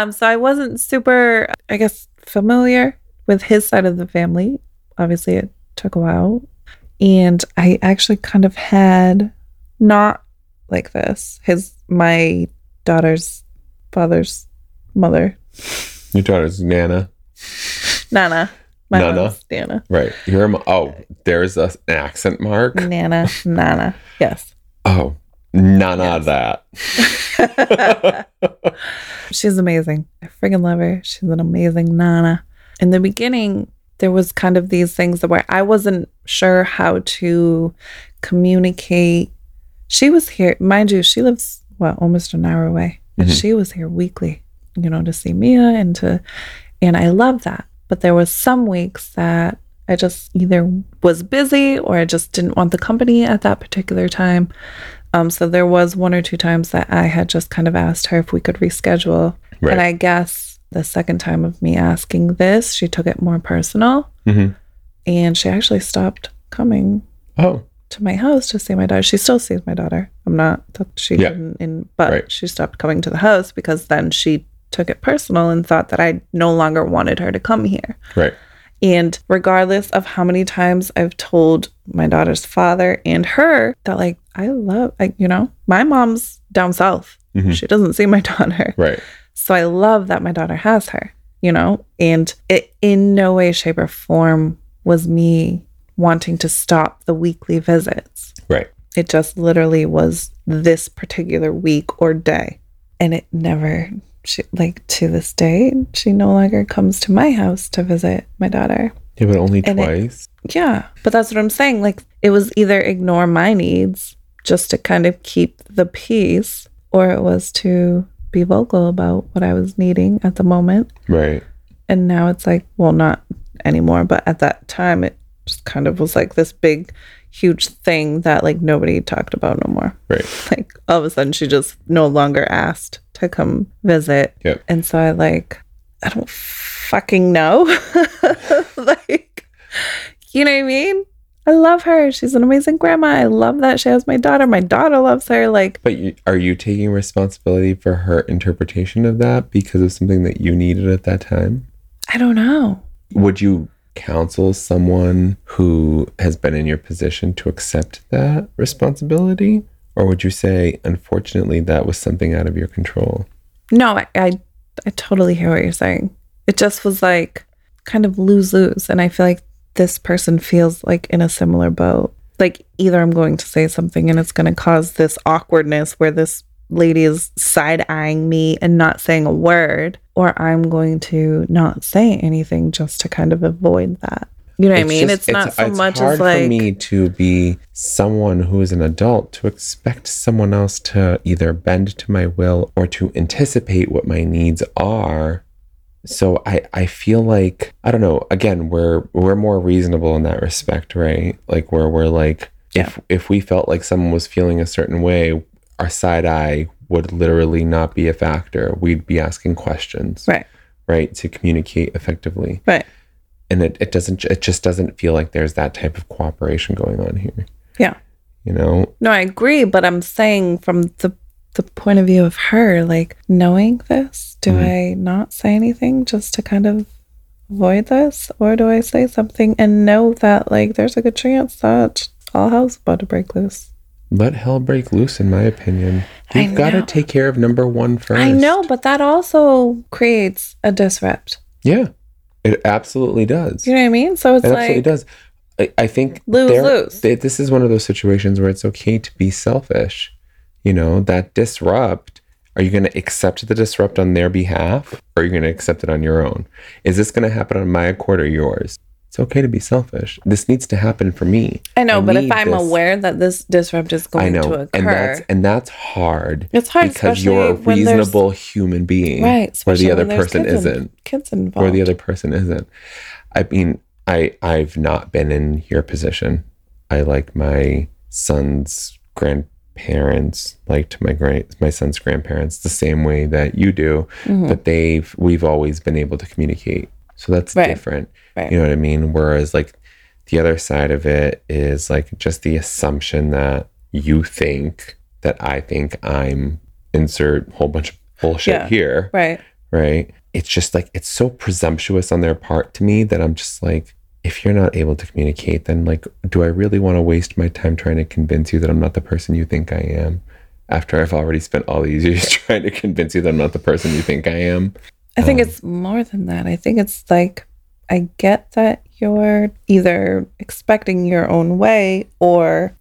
B: Um, so I wasn't super, I guess, familiar with his side of the family. Obviously, it took a while. And I actually kind of had not like this. His, my daughter's father's mother,
D: <laughs> Your daughter's Nana.
B: Nana. My
D: Nana?
B: mom's Nana.
D: Right. Your mom. Oh, there's a, an accent mark.
B: Nana, Nana.
D: <laughs>
B: Yes.
D: Oh, none of that.
B: She's amazing. I freaking love her. She's an amazing Nana. In the beginning, there was kind of these things that where I wasn't sure how to communicate. She was here, mind you, she lives well almost an hour away. And
D: Mhm.
B: she was here weekly, you know, to see Mia and to and I love that. But there was some weeks that I just either was busy or I just didn't want the company at that particular time. Um, so there was one or two times that I had just kind of asked her if we could reschedule.
D: Right.
B: And I guess the second time of me asking this, she took it more personal
D: Mhm.
B: and she actually stopped coming
D: <laughs> Oh,
B: to my house to see my daughter. She still sees my daughter. I'm not that she
D: Yeah.
B: didn't in but
D: Right.
B: she stopped coming to the house because then she took it personal and thought that I no longer wanted her to come here.
D: right.
B: And regardless of how many times I've told my daughter's father and her that, like, I love, like, you know, my mom's down south.
D: Mhm.
B: She doesn't see my <laughs> daughter.
D: Right.
B: So I love that my daughter has her, you know? And it in no way, shape, or form was me wanting to stop the weekly visits.
D: Right.
B: It just literally was this particular week or day. and it never she like to this day she no longer comes to my house to visit my daughter
D: Yeah, but only
B: And it-
D: twice.
B: yeah but that's what i'm saying like it was either ignore my needs just to kind of keep the peace or it was to be vocal about what i was needing at the moment
D: right.
B: and now it's like well not anymore but at that time it just kind of was like this big huge thing that like nobody talked about no more
D: Right.
B: <laughs> like all of a sudden she just no longer asked to come visit
D: Yep.
B: and so i like i don't fucking know <laughs> like you know what i mean i love her she's an amazing grandma i love that she has my daughter my daughter loves her like
D: But you, are you taking responsibility for her interpretation of that because of something that you needed at that time?
B: i don't know
D: Would you counsel someone who has been in your position to accept that responsibility? Or would you say, unfortunately, that was something out of your control?
B: No, I, I I totally hear what you're saying. It just was like kind of lose lose, and I feel like this person feels like in a similar boat. Like either I'm going to say something and it's going to cause this awkwardness where this lady is side eyeing me and not saying a word, or I'm going to not say anything just to kind of avoid that. You know what I mean?
D: just-
B: it's not so much
D: hard
B: as like
D: for me to be someone who is an adult to expect someone else to either bend to my will or to anticipate what my needs are. So I I feel like I don't know. Again, we're we're more reasonable in that respect, right? Like where we're like if if we felt like someone was feeling a certain way, our side eye would literally not be a factor. We'd be asking questions,
B: Right.
D: Right to communicate effectively
B: right.
D: and it, it doesn't it just doesn't feel like there's that type of cooperation going on here
B: Yeah.
D: you know
B: No, I agree, but I'm saying from the the point of view of her, like knowing this, do
D: Mm-hmm.
B: I not say anything just to kind of avoid this, or do I say something and know that like there's a good chance that all hell's about to break loose?
D: let hell break loose in my opinion
B: I
D: you've got to
B: know.
D: take care of number one first
B: I know, but that also creates a disrupt.
D: yeah it absolutely does
B: You know what I mean? So it's
D: it absolutely
B: like
D: does I, I think
B: Lose,
D: there-
B: lose.
D: th- this is one of those situations where it's okay to be selfish you know that disrupt are you going to accept the disrupt on their behalf or are you going to accept it on your own is this going to happen on my accord or yours it's okay to be selfish this needs to happen for me
B: I know, but if
D: need
B: I'm
D: this.
B: aware that this disrupt is going
D: I know,
B: to occur,
D: and that's and that's hard.
B: It's hard,
D: because
B: especially
D: you're a
B: when there's-
D: reasonable human being,
B: right?
D: Or
B: especially
D: the other
B: when there's
D: person
B: kids in-
D: isn't,
B: kids involved.
D: or the other person isn't. I mean, I I've not been in your position. I like my son's grandparents liked my great my son's grandparents the same way that you do,
B: Mhm.
D: but they've we've always been able to communicate. So that's
B: Right.
D: different.
B: Right.
D: You know what I mean? Whereas like the other side of it is like just the assumption that you think that I think I'm insert whole bunch of bullshit
B: Yeah.
D: here,
B: right?
D: right? It's just like it's so presumptuous on their part to me that I'm just like if you're not able to communicate then like do I really want to waste my time trying to convince you that I'm not the person you think I am after I've already spent all these <laughs> years trying to convince you that I'm not the person you think I am?
B: I think
D: Um,
B: it's more than that. I think it's like I get that you're either expecting your own way or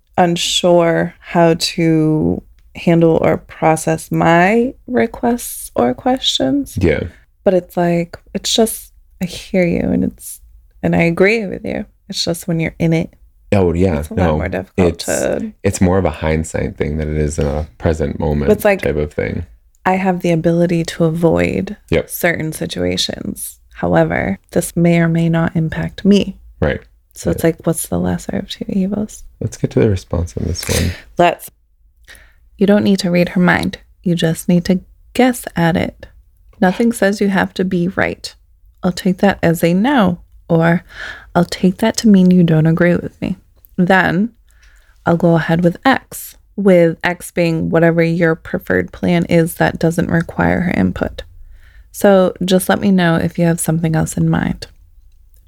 B: unsure how to handle or process my requests or questions.
D: Yeah.
B: But it's like it's just I hear you and it's and I agree with you. It's just when you're in it,
D: Oh yeah.
B: it's a lot more difficult
D: it's-
B: to
D: it's more of a hindsight thing than it is a present moment
B: But it's like-
D: type of thing.
B: I have the ability to avoid
D: Yep.
B: certain situations. However, this may or may not impact me.
D: Right.
B: So it's like, what's the lesser of two evils?
D: Let's get to the response on this one.
B: Let's. You don't need to read her mind. You just need to guess at it. Nothing says you have to be right. I'll take that as a no, or I'll take that to mean you don't agree with me. Then I'll go ahead with X, with X being whatever your preferred plan is that doesn't require her input. So just let me know if you have something else in mind.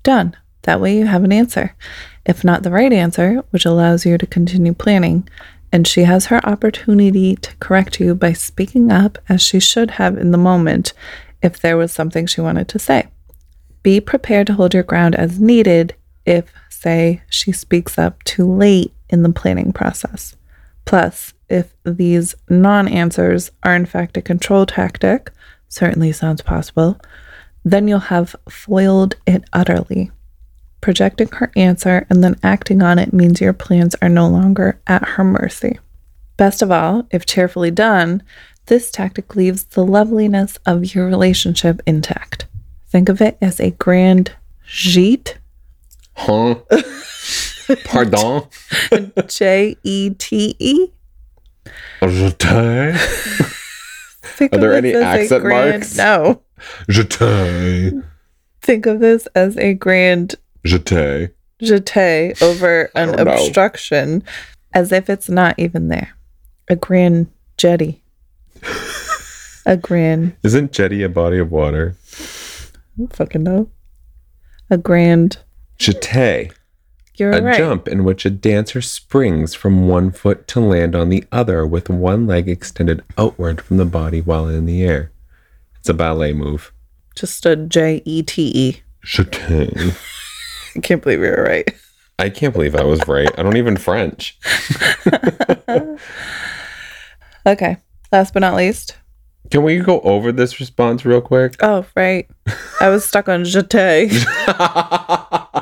B: Done. That way you have an answer. If not the right answer, which allows you to continue planning, and she has her opportunity to correct you by speaking up as she should have in the moment if there was something she wanted to say. Be prepared to hold your ground as needed if, say, she speaks up too late in the planning process. Plus, if these non answers are in fact a control tactic, certainly sounds possible, then you'll have foiled it utterly. Projecting her answer and then acting on it means your plans are no longer at her mercy. Best of all, if cheerfully done, this tactic leaves the loveliness of your relationship intact. Think of it as a grand jeet,
D: Huh?
B: <laughs>
D: Pardon?
B: J E T E.
D: Je t'aime.
B: Think
D: Are
B: of
D: there any
B: this as a
D: accent
B: grand-
D: marks?
B: No.
D: Je t'aime.
B: Think of this as a grand
D: Je t'aime.
B: jeté over
D: I
B: an
D: don't know.
B: obstruction as if it's not even there. A grand jetty. a grand
D: Isn't jetty a body of water?
B: I don't fucking no. A grand
D: Jetée,
B: you're
D: a
B: right.
D: jump in which a dancer springs from one foot to land on the other with one leg extended outward from the body while in the air. It's a ballet move.
B: Just a J E T E.
D: Jetée.
B: I can't believe we were right.
D: I can't believe I was right. I don't even French.
B: Okay. Last but not least.
D: Can we go over this response real
B: <laughs>
D: quick?
B: Oh, right. I was stuck on jeté.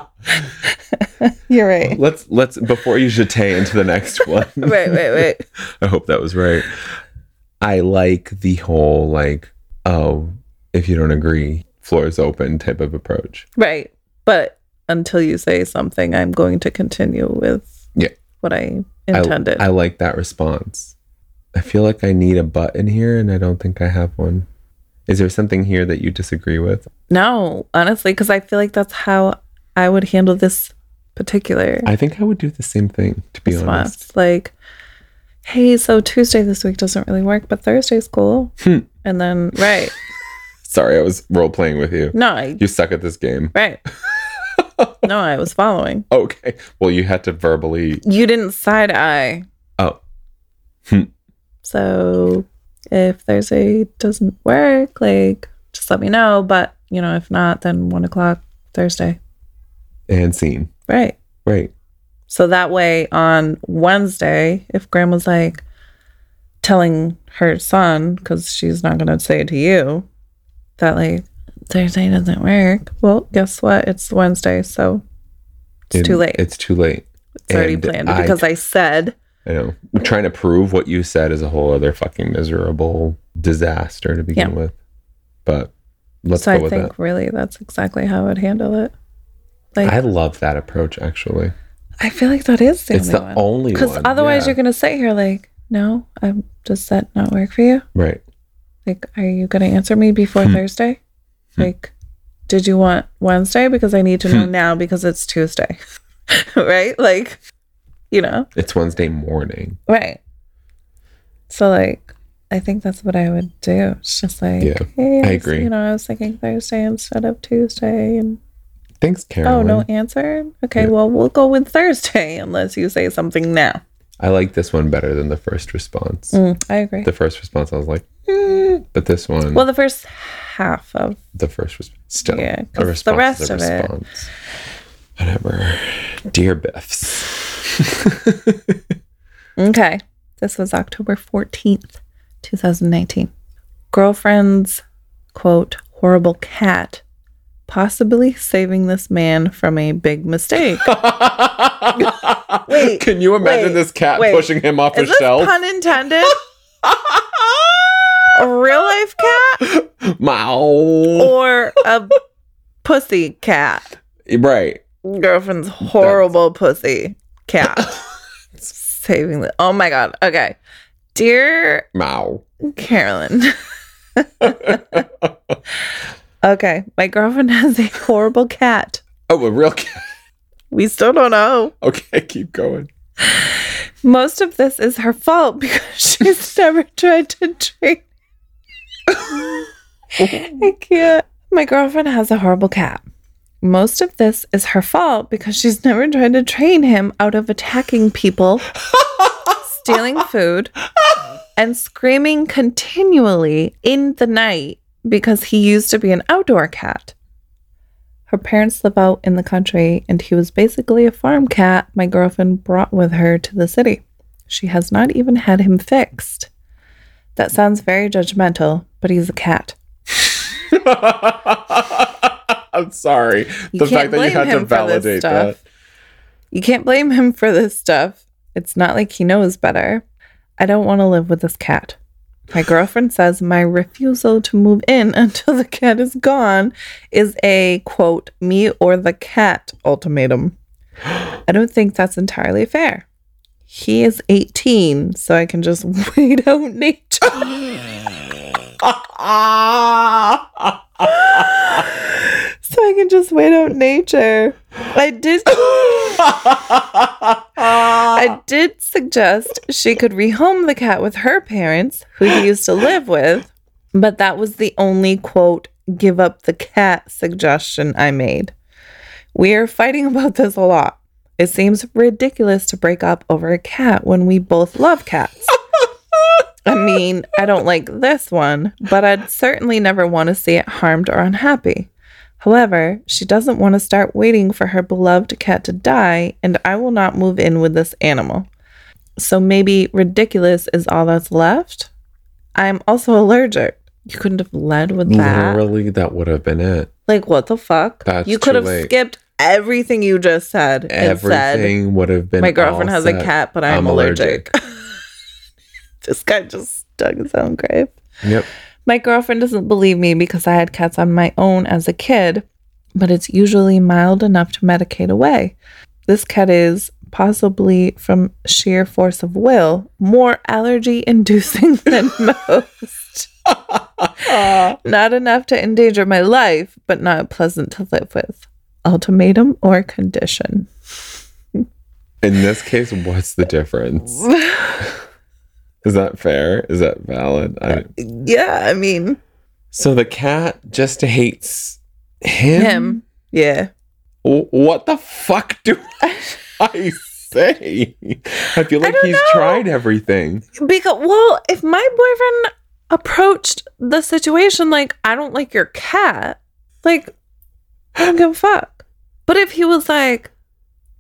B: <laughs> You're right.
D: let's let's before you jetée into the
B: <laughs>
D: next one.
B: Wait, wait, wait.
D: <laughs> I hope that was right. I like the whole like, oh, if you don't agree, floor is open type of approach.
B: Right. But until you say something, I'm going to continue with
D: Yeah.
B: what I
D: I-
B: intended.
D: I, like that response. I feel like I need a button here and I don't think I have one. Is there something here that you disagree with?
B: no, honestly, because I feel like that's how I would handle this particular
D: I think I would do the same thing, to be honest.
B: response. Like, hey, so Tuesday this week doesn't really work, but Thursday's cool.
D: Hmm.
B: And then, right.
D: Sorry, I was role playing with you.
B: No, I,
D: You suck at this game. <laughs>
B: right. no, I was following.
D: Okay. Well, you had to verbally.
B: You didn't side eye.
D: Oh,
B: So if Thursday doesn't work, like just let me know. But you know, if not, then one o'clock Thursday.
D: and scene.
B: Right.
D: Right.
B: So that way on Wednesday, if grandma's like telling her son, because she's not gonna say it to you, that like Thursday doesn't work. Well, guess what? It's Wednesday, so it's
D: And
B: too late. It's,
D: It's too late.
B: already
D: and
B: planned
D: I-
B: because I said
D: I know. Trying to prove what you said is a whole other fucking miserable disaster to begin with. But let's
B: so
D: go
B: I
D: with
B: think really that's exactly how I'd handle it.
D: that.
B: Like
D: I
B: I,
D: love that approach actually.
B: feel like that is the
D: It's
B: only
D: the
B: one.
D: only one.
B: Because otherwise, you're
D: yeah.
B: going to sit here like, no, I'm, does that not work for you?
D: Right.
B: Like, are you going to answer me before
D: Hmm. Hmm.
B: Thursday? Like, did you want Wednesday? Because I need to know now because it's Tuesday. <laughs> right? Like, you know,
D: It's Wednesday morning.
B: right. So, like, I think that's what I would do. It's just like,
D: Yeah, I
B: hey, was-
D: agree.
B: You know, I was thinking Thursday instead of Tuesday. And
D: Thanks,
B: oh,
D: Carolyn.
B: no answer? Okay,
D: Yeah.
B: well, we'll go with Thursday unless you say something now.
D: I like this one better than the first response.
B: Mm, I agree.
D: The first response I was like, "Mm," but this one
B: Well, the first half of
D: the first response still
B: Yeah,
D: a
B: 'cause the
D: response is
B: rest
D: a
B: of it-
D: response. Whatever. Dear Biffs.
B: okay, this was October fourteenth, two thousand nineteen. Girlfriend's quote horrible cat, possibly saving this man from a big
D: <laughs>
B: mistake. Wait,
D: Can you imagine
B: wait,
D: this cat
B: wait.
D: pushing him off a
B: Is this
D: shelf?
B: pun intended? a real life cat
D: <laughs> Mow.
B: or a pussy cat?
D: Right.
B: Girlfriend's horrible pussy
D: <laughs>
B: cat. saving the. Oh my god. Okay, dear
D: Mow.
B: Carolyn. <laughs> okay, my girlfriend has a horrible cat.
D: Oh, a real cat. <laughs>
B: We still don't know.
D: Okay, keep going.
B: Most of this is her fault because <laughs> she's never tried to treat. I can't. My girlfriend has a horrible cat. Most of this is her fault because she's never tried to train him out of attacking people, stealing food, and screaming continually in the night because he used to be an outdoor cat. Her parents live out in the country, and he was basically a farm cat my girlfriend brought with her to the city. She has not even had him fixed. That sounds very judgmental, but he's a cat.
D: <laughs> I'm sorry.
B: You
D: the fact
B: can't
D: that you
B: blame
D: had to
B: him for this
D: validate that.
B: stuff. You can't blame him for this stuff. It's not like he knows better. I don't want to live with this cat. My girlfriend says my refusal to move in <laughs> until the cat is gone is a quote, me or the cat
D: <gasps>
B: ultimatum. I don't think that's entirely fair. He is 18, so I can just <laughs> wait out nature. so I can just wait out nature. I did I did suggest she could rehome the cat with her parents, who he used to live with, but that was the only quote, give up the cat suggestion I made. We're fighting about this a lot. It seems ridiculous to break up over a cat when we both love cats. I mean, I don't like this one, but I'd certainly never want to see it harmed or unhappy. However, she doesn't want to start waiting for her beloved cat to die, and I will not move in with this animal. So maybe ridiculous is all that's left? I'm also allergic. You couldn't have led with that.
D: Literally, that would have been it.
B: Like, what the fuck?
D: That's
B: you could
D: too
B: have
D: late.
B: skipped everything you just said and said,
D: Everything would have been.
B: My girlfriend
D: all
B: has
D: set.
B: a cat, but I'm,
D: I'm allergic."
B: allergic. <laughs> this guy just dug his own grave.
D: Yep.
B: My girlfriend doesn't believe me because I had cats on my own as a kid, but it's usually mild enough to medicate away. This cat is, possibly from sheer force of will, more allergy inducing <laughs> than <laughs> most. not enough to endanger my life, but not pleasant to live with. Ultimatum or condition?
D: In this case, what's the difference? Is that fair? Is that valid? I,
B: <laughs> yeah, I mean,
D: so the cat just hates him.
B: him. Yeah.
D: W- What the fuck
B: <laughs>
D: do I say? I feel like
B: don't
D: he's
B: know.
D: tried everything.
B: Because well, if my boyfriend approached the situation like I don't like your cat, like I don't give a fuck. But if he was like,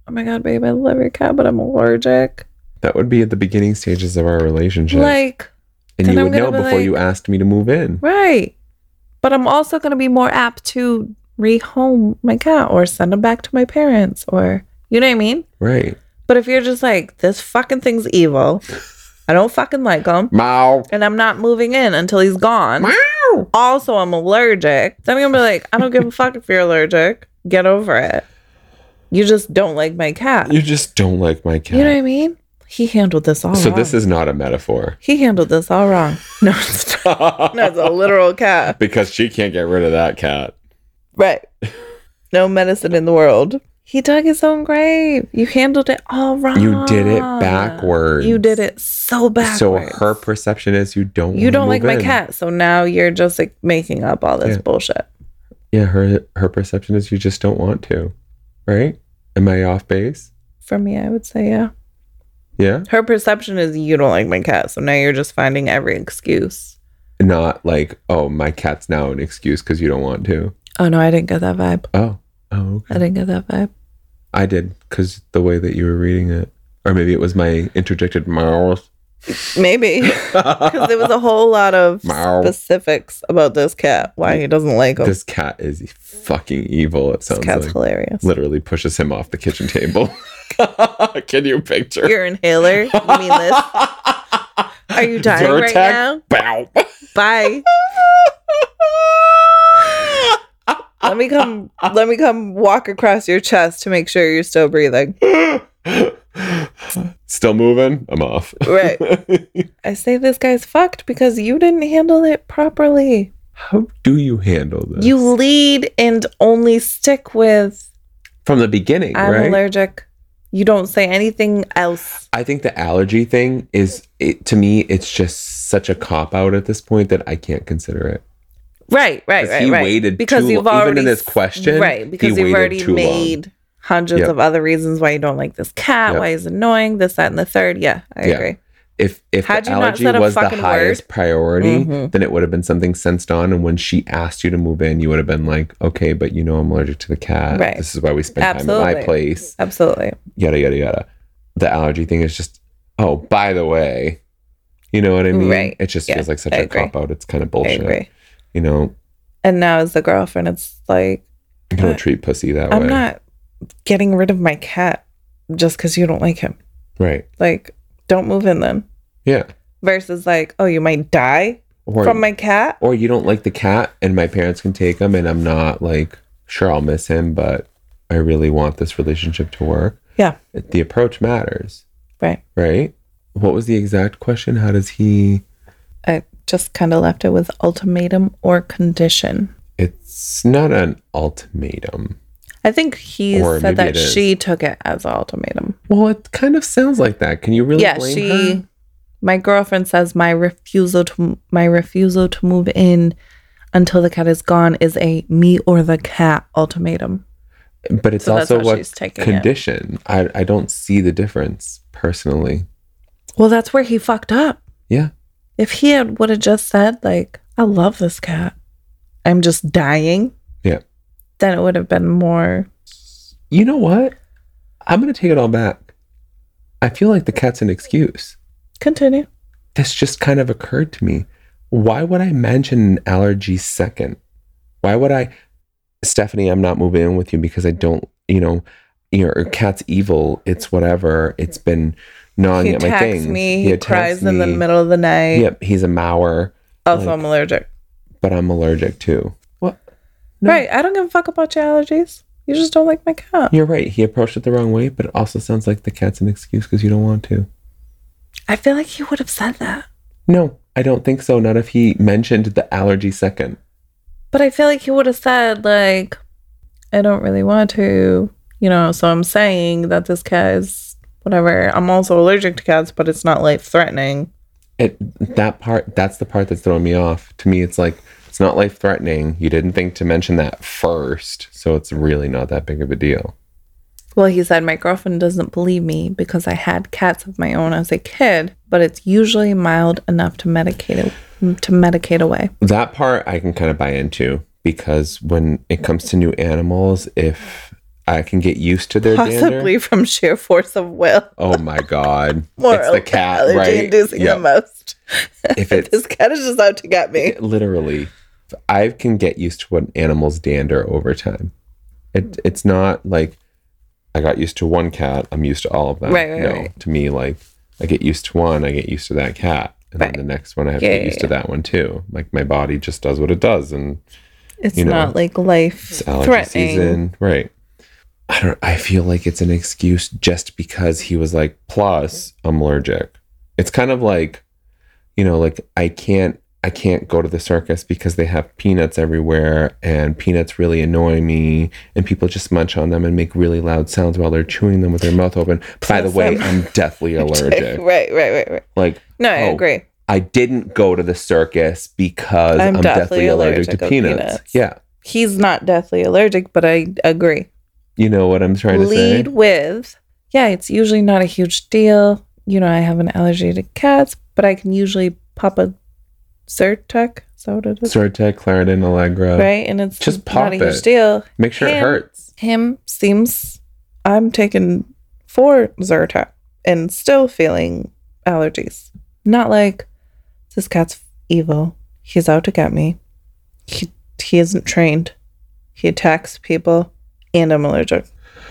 B: "Oh my god, babe, I love your cat, but I'm allergic,"
D: That would be at the beginning stages of our relationship.
B: like
D: and
B: then
D: you
B: I'm
D: would know
B: gonna be
D: before
B: like-
D: you asked me to move in.
B: right. But I'm also gonna be more apt to rehome my cat or send him back to my parents or you know what I mean.
D: Right.
B: But if you're just like this fucking thing's evil, I don't fucking like him,
D: Meow.
B: and I'm not moving in until he's gone. also I'm allergic, then I'm gonna be like, I don't give a fuck if you're allergic. Get over it. You just don't like my cat.
D: You just don't like my cat.
B: You know what I mean? He handled this all
D: so
B: wrong.
D: this is not a metaphor.
B: he handled this all wrong. <laughs> No, it's
D: <laughs>
B: not. No, it's a literal cat.
D: because she can't get rid of that cat.
B: Right. No medicine in the world. He dug his own grave. You handled it all wrong.
D: You did it backwards.
B: Ah. You did it so backwards.
D: So her perception is you don't.
B: You
D: wanna
B: don't like
D: move
B: my
D: in.
B: cat, so now you're just like making up all this
D: Yeah.
B: bullshit.
D: Yeah, her her perception is you just don't want to, right? Am I off base?
B: For me, I would say yeah.
D: Yeah,
B: Her perception is you don't like my cat, so now you're just finding every excuse.
D: not like oh my cat's now an excuse because you don't want to.
B: Oh no, I didn't get that vibe.
D: Oh, oh, okay.
B: I didn't get that vibe.
D: I did because the way that you were reading it, or maybe it was my interjected mouth. <laughs>
B: Maybe because there was a whole lot of
D: Meow.
B: specifics about this cat, why he doesn't like him.
D: This
B: This,
D: cat is fucking evil. It sounds
B: cat's
D: like
B: hilarious.
D: literally pushes him off the kitchen table. <laughs> Can you picture?
B: Your inhaler, you mean
D: <laughs>
B: this? Are you dying right now?
D: Bow.
B: Bye. let me come. Let me come walk across your chest to make sure you're still breathing.
D: Still moving? I'm off.
B: Right. <laughs> I say this guy's fucked because you didn't handle it properly.
D: How do you handle this?
B: You lead and only stick with
D: from the beginning,
B: I'm
D: right?
B: allergic. You don't say anything else.
D: I think the allergy thing is it, to me. It's just such a cop out at this point that I can't consider it.
B: Right, right,
D: 'Cause
B: right,
D: he
B: right.
D: waited too lo- even in this question,
B: right? Because
D: he
B: you've
D: waited
B: already
D: too long.
B: made hundreds
D: Yep.
B: of other reasons why you don't like this cat,
D: Yep.
B: why he's annoying, this, that, and the third. Yeah, I
D: Yeah.
B: agree.
D: If if
B: Had
D: the
B: you not
D: allergy
B: said a
D: was the
B: fucking
D: highest priority,
B: Mhm.
D: then it would have been something sensed on. And when she asked you to move in, you would have been like, "Okay, but you know I'm allergic to the cat.
B: Right.
D: This is why we spend time at my
B: Absolutely.
D: place."
B: Absolutely.
D: yada yada yada. The allergy thing is just oh, by the way, you know what I mean?
B: Right.
D: It just
B: Yeah,
D: feels like such
B: I
D: a
B: agree.
D: cop out. It's kind of
B: I
D: bullshit.
B: agree.
D: You know,
B: And now as the girlfriend, it's like
D: you don't
B: But
D: treat pussy that
B: I'm
D: way.
B: not getting rid of my cat just because you don't like him.
D: right.
B: Like, don't move in then.
D: Yeah.
B: Versus like, oh, you might die
D: Or
B: from my cat.
D: or you don't like the cat and my parents can take him and I'm not like sure I'll miss him, but I really want this relationship to work.
B: Yeah.
D: The approach matters,
B: Right.
D: right? What was the exact question? How does he
B: I just kind of left it with ultimatum or condition.
D: it's not an ultimatum.
B: I think he
D: Or maybe
B: said that
D: it is.
B: she took it as an ultimatum.
D: Well, it kind of sounds like that. Can you really
B: yeah,
D: blame
B: she.
D: her?
B: My girlfriend says my refusal to my refusal to move in until the cat is gone is a me or the cat ultimatum.
D: But it's
B: So that's
D: also
B: how
D: what
B: she's taking it.
D: condition. I, I don't see the difference personally.
B: Well, that's where he fucked up.
D: Yeah.
B: If he had would have just said like, "I love this cat, I'm just dying,"
D: Yeah.
B: then it would have been more.
D: You know what? I'm gonna take it all back. I feel like the cat's an excuse.
B: Continue.
D: this just kind of occurred to me. Why would I mention an allergy second? Why would I, Stephanie, I'm not moving in with you because I don't, you know, your cat's evil. It's whatever. It's been gnawing
B: He
D: at my
B: attacks
D: things.
B: me. He,
D: He attacks
B: cries in the
D: me.
B: middle of the night.
D: Yep, he's a mauer,
B: Also,
D: Like-
B: I'm allergic.
D: but I'm allergic too. What? No.
B: Right. I don't give a fuck about your allergies. You just don't like my cat.
D: You're right. He approached it the wrong way, but it also sounds like the cat's an excuse because you don't want to.
B: I feel like he would have said that.
D: No, I don't think so. Not if he mentioned the allergy second.
B: But I feel like he would have said, like, I don't really want to, you know, so I'm saying that this cat is whatever. I'm also allergic to cats, but it's not life threatening.
D: it that part that's the part that's throwing me off to me it's like it's not life threatening you didn't think to mention that first so it's really not that big of a deal
B: Well, he said, My girlfriend doesn't believe me because I had cats of my own as a kid, but it's usually mild enough to medicate to medicate away.
D: that part i can kind of buy into because when it comes to new animals if i can get used to their
B: Possibly
D: dander
B: from sheer force of will.
D: oh my god
B: More
D: it's the cat
B: allergy
D: right
B: inducing the
D: yeah
B: most.
D: if it's
B: this cat is just out to get me.
D: literally i can get used to what animals dander over time it, it's not like i got used to one cat i'm used to all of them
B: Right, right,
D: no
B: right.
D: to me like i get used to one i get used to that cat and
B: Right.
D: then the next one i have
B: Yeah,
D: to get
B: yeah,
D: used to that one too like my body just does what it does and
B: It's
D: You know,
B: not like life
D: it's allergy
B: threatening.
D: season right i don't i feel like it's an excuse just because he was like plus i'm allergic it's kind of like you know like i can't i can't go to the circus because they have peanuts everywhere and peanuts really annoy me and people just munch on them and make really loud sounds while they're chewing them with their mouth open by the
B: Plus,
D: way
B: I'm-
D: i'm deathly allergic
B: <laughs> Right, right, right, right.
D: like
B: No, I
D: Oh,
B: agree.
D: i didn't go to the circus because i'm, deathly, allergic, to
B: of
D: peanuts
B: peanuts.
D: yeah
B: He's not deathly allergic, but I agree.
D: you know what i'm trying to say
B: Lead with, yeah, it's usually not a huge deal. You know, I have an allergy to cats, but I can usually pop a Zyrtec. Is that what it is?
D: Zyrtec, Claritin, Allegra.
B: right? And it's
D: Just
B: not
D: pop
B: a
D: it.
B: huge deal.
D: Make sure it
B: Him.
D: hurts.
B: him seems I'm taking four Zyrtec and still feeling allergies. Not like this cat's evil. He's out to get me. He he isn't trained. He attacks people, and I'm allergic.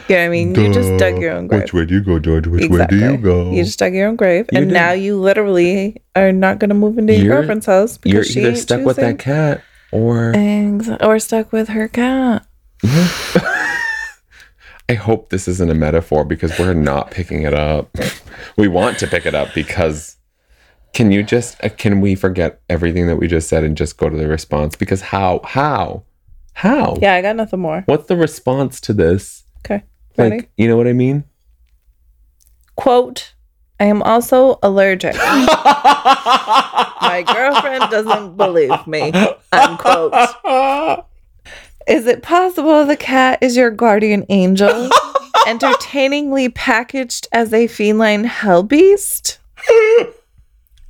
B: You know what I mean? You just dug your own grave.
D: way do you go, George? Which
B: You just dug your own grave,
D: You
B: and
D: did.
B: now you literally are not going to move into your
D: You're-
B: girlfriend's house
D: You're
B: because she
D: either
B: ain't
D: stuck with that
B: choosing.
D: cat or.
B: Exa- or stuck with her cat.
D: I hope this isn't a metaphor because we're not picking it up. we want to pick it up because. Can you just uh, can we forget everything that we just said and just go to the response? Because how how how
B: Yeah, I got nothing more.
D: what's the response to this?
B: Okay, ready.
D: Like you know what I mean?
B: quote i am also allergic my girlfriend doesn't believe me unquote is it possible the cat is your guardian angel entertainingly packaged as a feline hell beast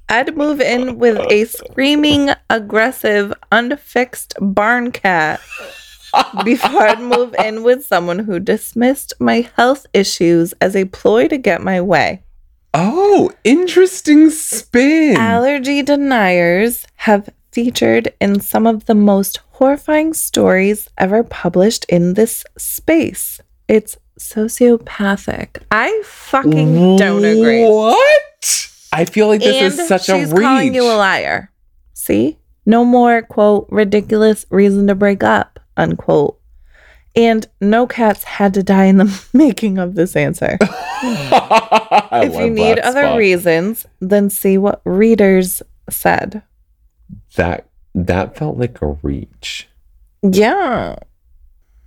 B: i'd move in with a screaming aggressive unfixed barn cat before I'd move in with someone who dismissed my health issues as a ploy to get my way.
D: Oh, interesting spin.
B: Allergy deniers have featured in some of the most horrifying stories ever published in this space. It's sociopathic. I fucking don't agree.
D: What? I feel like this
B: and
D: is such a
B: she's
D: reach.
B: calling you a liar. See? No more, quote, ridiculous reason to break up, unquote. And no cats had to die in the <laughs> making of this answer.
D: <laughs> I
B: if you
D: love
B: need
D: Black
B: other
D: Spot.
B: reasons, then see what readers said.
D: that that felt like a reach.
B: Yeah.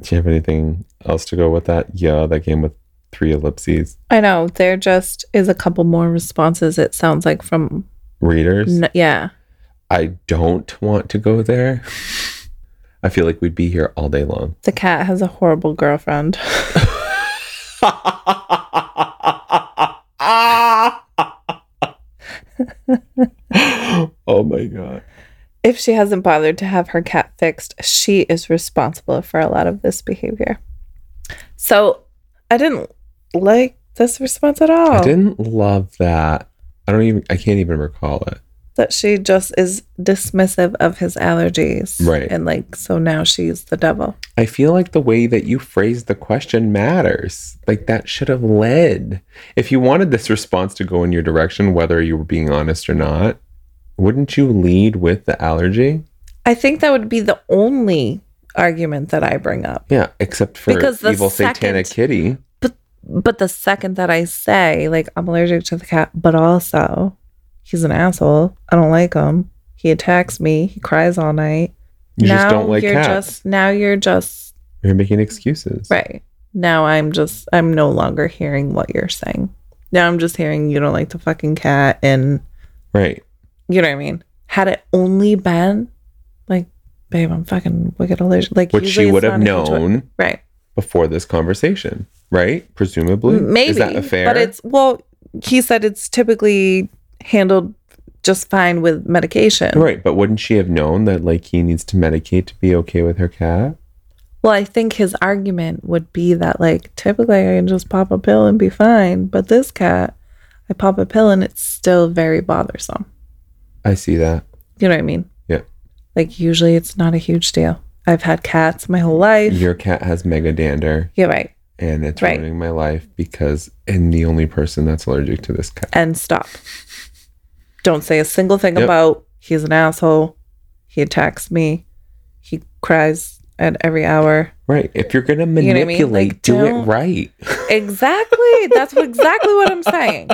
D: Do you have anything else to go with that? Yeah, that came with three ellipses.
B: I know. There just is a couple more responses, it sounds like, from.
D: Readers,
B: N- yeah.
D: I don't want to go there. <laughs> I feel like we'd be here all day
B: <laughs>
D: long. <laughs>
B: The cat has a horrible girlfriend. <laughs>
D: oh my god.
B: If she hasn't bothered to have her cat fixed, she is responsible for a lot of this behavior. So I didn't like this response at all.
D: I didn't love that. I don't even I can't even recall it.
B: That she just is dismissive of his allergies.
D: Right.
B: And like, so now she's the devil.
D: I feel like the way that you phrased the question matters. Like that should have led. If you wanted this response to go in your direction, whether you were being honest or not, wouldn't you lead with the allergy?
B: I think that would be the only argument that I bring up.
D: Yeah, except for
B: Because the
D: evil satanic
B: second-
D: kitty.
B: But the second that I say, like, I'm allergic to the cat, but also he's an asshole. I don't like him. He attacks me. He cries all night.
D: You just don't like
B: you're
D: cats.
B: Just, now you're just
D: You're making excuses.
B: right. Now I'm just I'm no longer hearing what you're saying. Now I'm just hearing you don't like the fucking cat and
D: Right.
B: you know what I mean. Had it only been like, babe, I'm fucking wicked allergic. Like
D: Which
B: usually
D: she
B: it's
D: would have
B: not a huge one.
D: known
B: right?
D: before this conversation, right? Presumably.
B: Maybe,
D: Is that a fair?
B: but it's well. He said it's typically handled just fine with medication.
D: Right, but wouldn't she have known that like he needs to medicate to be okay with her cat?
B: Well, I think his argument would be that, like, typically I can just pop a pill and be fine, but this cat, I pop a pill and it's still very bothersome.
D: I see that.
B: You know what I mean?
D: Yeah.
B: Like, usually it's not a huge deal. I've had cats my whole life.
D: Your cat has mega dander
B: You're right.
D: and it's
B: Right.
D: ruining my life because I'm the only person that's allergic to this cat.
B: And stop. Don't say a single thing
D: Yep.
B: about he's an asshole. He attacks me. He cries at every hour.
D: Right. If you're gonna
B: know what I mean?
D: manipulate,
B: Like,
D: do it
B: don't-
D: right.
B: Exactly. That's what, exactly what I'm saying.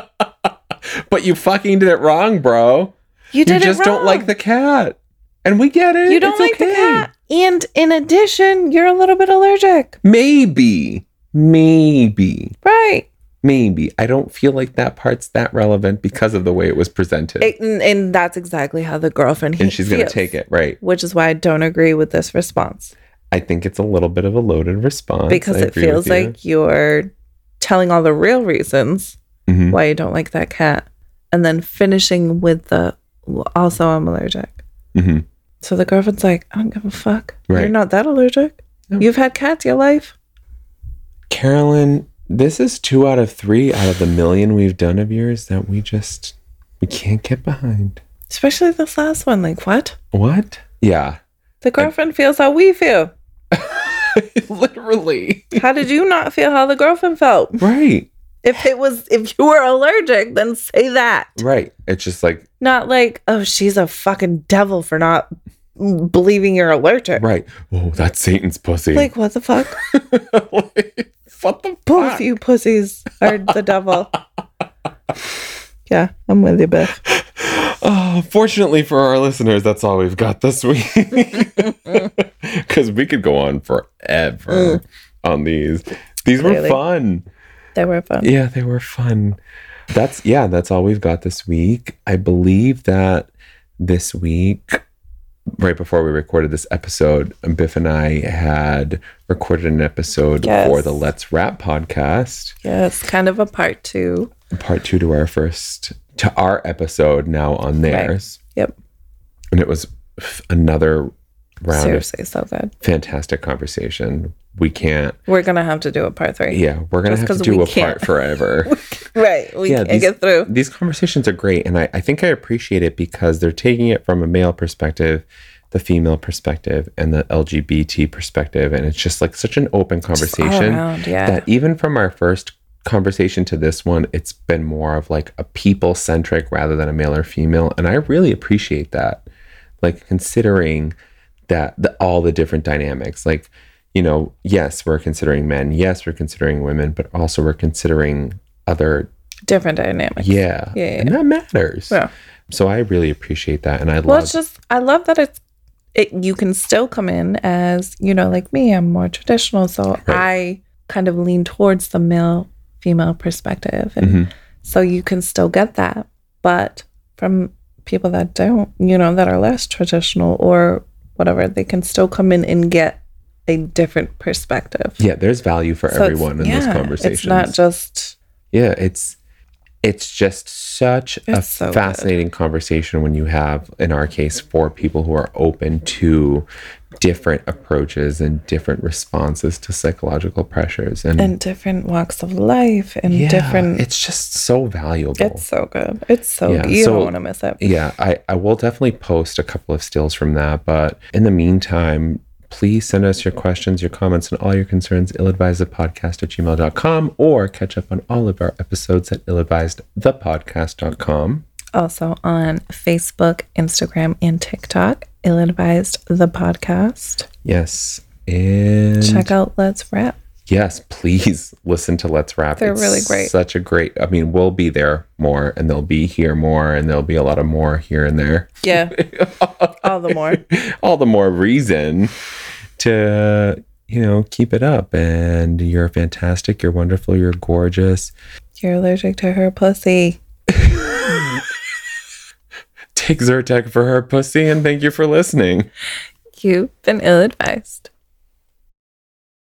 D: but you fucking did it wrong, bro.
B: You
D: You,
B: did it
D: just don't
B: wrong.
D: like the cat. And we get it.
B: You don't
D: It's
B: like the
D: okay.
B: cat. And in addition, you're a little bit allergic.
D: Maybe. Maybe.
B: Right.
D: Maybe. I don't feel like that part's that relevant because of the way it was presented.
B: It- and, and that's exactly how the girlfriend
D: and
B: he-
D: she's gonna
B: feels,
D: take it, right?
B: Which is why I don't agree with this response
D: I think it's a little bit of a loaded response.
B: because
D: I
B: it
D: agree with
B: feels like you're telling all the real reasons
D: you. Mhm.
B: why you don't like that cat and then finishing with the "Well, also I'm allergic.
D: Mhm.
B: So the girlfriend's like, I don't give a fuck. You're
D: Right.
B: not that allergic.
D: No.
B: You've had cats your life.
D: Carolyn, this is two out of three out of the million we've done of yours that we just we can't get behind.
B: Especially this last one. Like, what?
D: What? Yeah.
B: The girlfriend feels how we feel.
D: <laughs> Literally.
B: How did you not feel how the girlfriend felt?
D: Right.
B: If it was, if you were allergic, then say that.
D: Right. It's just like
B: Not like, oh, she's a fucking devil for not believing you're allergic.
D: right. Oh, that's Satan's pussy.
B: Like, what the fuck?
D: Like, <laughs> what the
B: Both
D: fuck?
B: you pussies are the devil.
D: <laughs>
B: yeah, I'm with you, Beth.
D: Oh, fortunately for our listeners, that's all we've got this week. <laughs> Because we could go on forever on these. These were
B: Clearly.
D: fun.
B: They were fun.
D: Yeah, they were fun. That's yeah, that's all we've got this week. I believe that this week, right before we recorded this episode, Biff and I had recorded an episode
B: Yes.
D: for the Let's Rap podcast,
B: Yes, kind of a part two.
D: part two to our first to our episode now on theirs.
B: Yep.
D: And it was f- another round
B: Seriously, so good.
D: of fantastic conversation. We can't.
B: We're gonna have to do a part three.
D: Yeah, we're gonna have
B: Just 'cause
D: to do
B: we
D: a
B: can't.
D: part
B: <laughs>
D: forever.
B: Right. We
D: Yeah,
B: can't
D: these-
B: get through.
D: these conversations are great and I, I think i appreciate it because they're taking it from a male perspective the female perspective and the lgbt perspective and it's just like such an open
B: Just all
D: conversation
B: around, yeah.
D: that even from our first conversation to this one it's been more of like a people centric rather than a male or female and i really appreciate that like considering that the, all the different dynamics like you know yes we're considering men yes we're considering women but also we're considering other
B: Different dynamic.
D: yeah.
B: Yeah, yeah,
D: And that matters.
B: Yeah.
D: So I really appreciate that. And I
B: Well,
D: love
B: it's just I love that it's it. You can still come in as you know, like me. I'm more traditional, so I kind of lean towards the male female perspective, and
D: Mhm.
B: so you can still get that. But from people that don't, you know, that are less traditional or whatever, they can still come in and get a different perspective.
D: yeah, there's value for
B: So it's-
D: everyone in those
B: yeah,
D: conversations.
B: It's not just
D: yeah, it's it's just such a
B: It's so good.
D: fascinating conversation when you have in our case four people who are open to different approaches and different responses to psychological pressures and,
B: in different walks of life and
D: Mm. yeah,
B: different.
D: it's just so valuable.
B: It's so good. It's so
D: Yeah,
B: you
D: so-
B: don't want to miss it.
D: Yeah, I, I will definitely post a couple of stills from that. But in the meantime, please send us your questions, your comments, and all your concerns, illadvisedpodcast at gmail.com, or catch up on all of our episodes at illadvisedthepodcast.com.
B: also on Facebook, Instagram, and TikTok. Ill advised the podcast.
D: Yes. And
B: Check out Let's Rap.
D: yes, please listen to Let's Wrap.
B: They're really great.
D: Such a great, I mean, we'll be there more and they'll be here more and there'll be a lot of more here and there.
B: Yeah. <laughs> All the more.
D: all the more reason to you know keep it up and you're fantastic you're wonderful you're gorgeous
B: You're allergic to her pussy.
D: take zyrtec for her pussy and thank you for listening
B: You've been ill advised.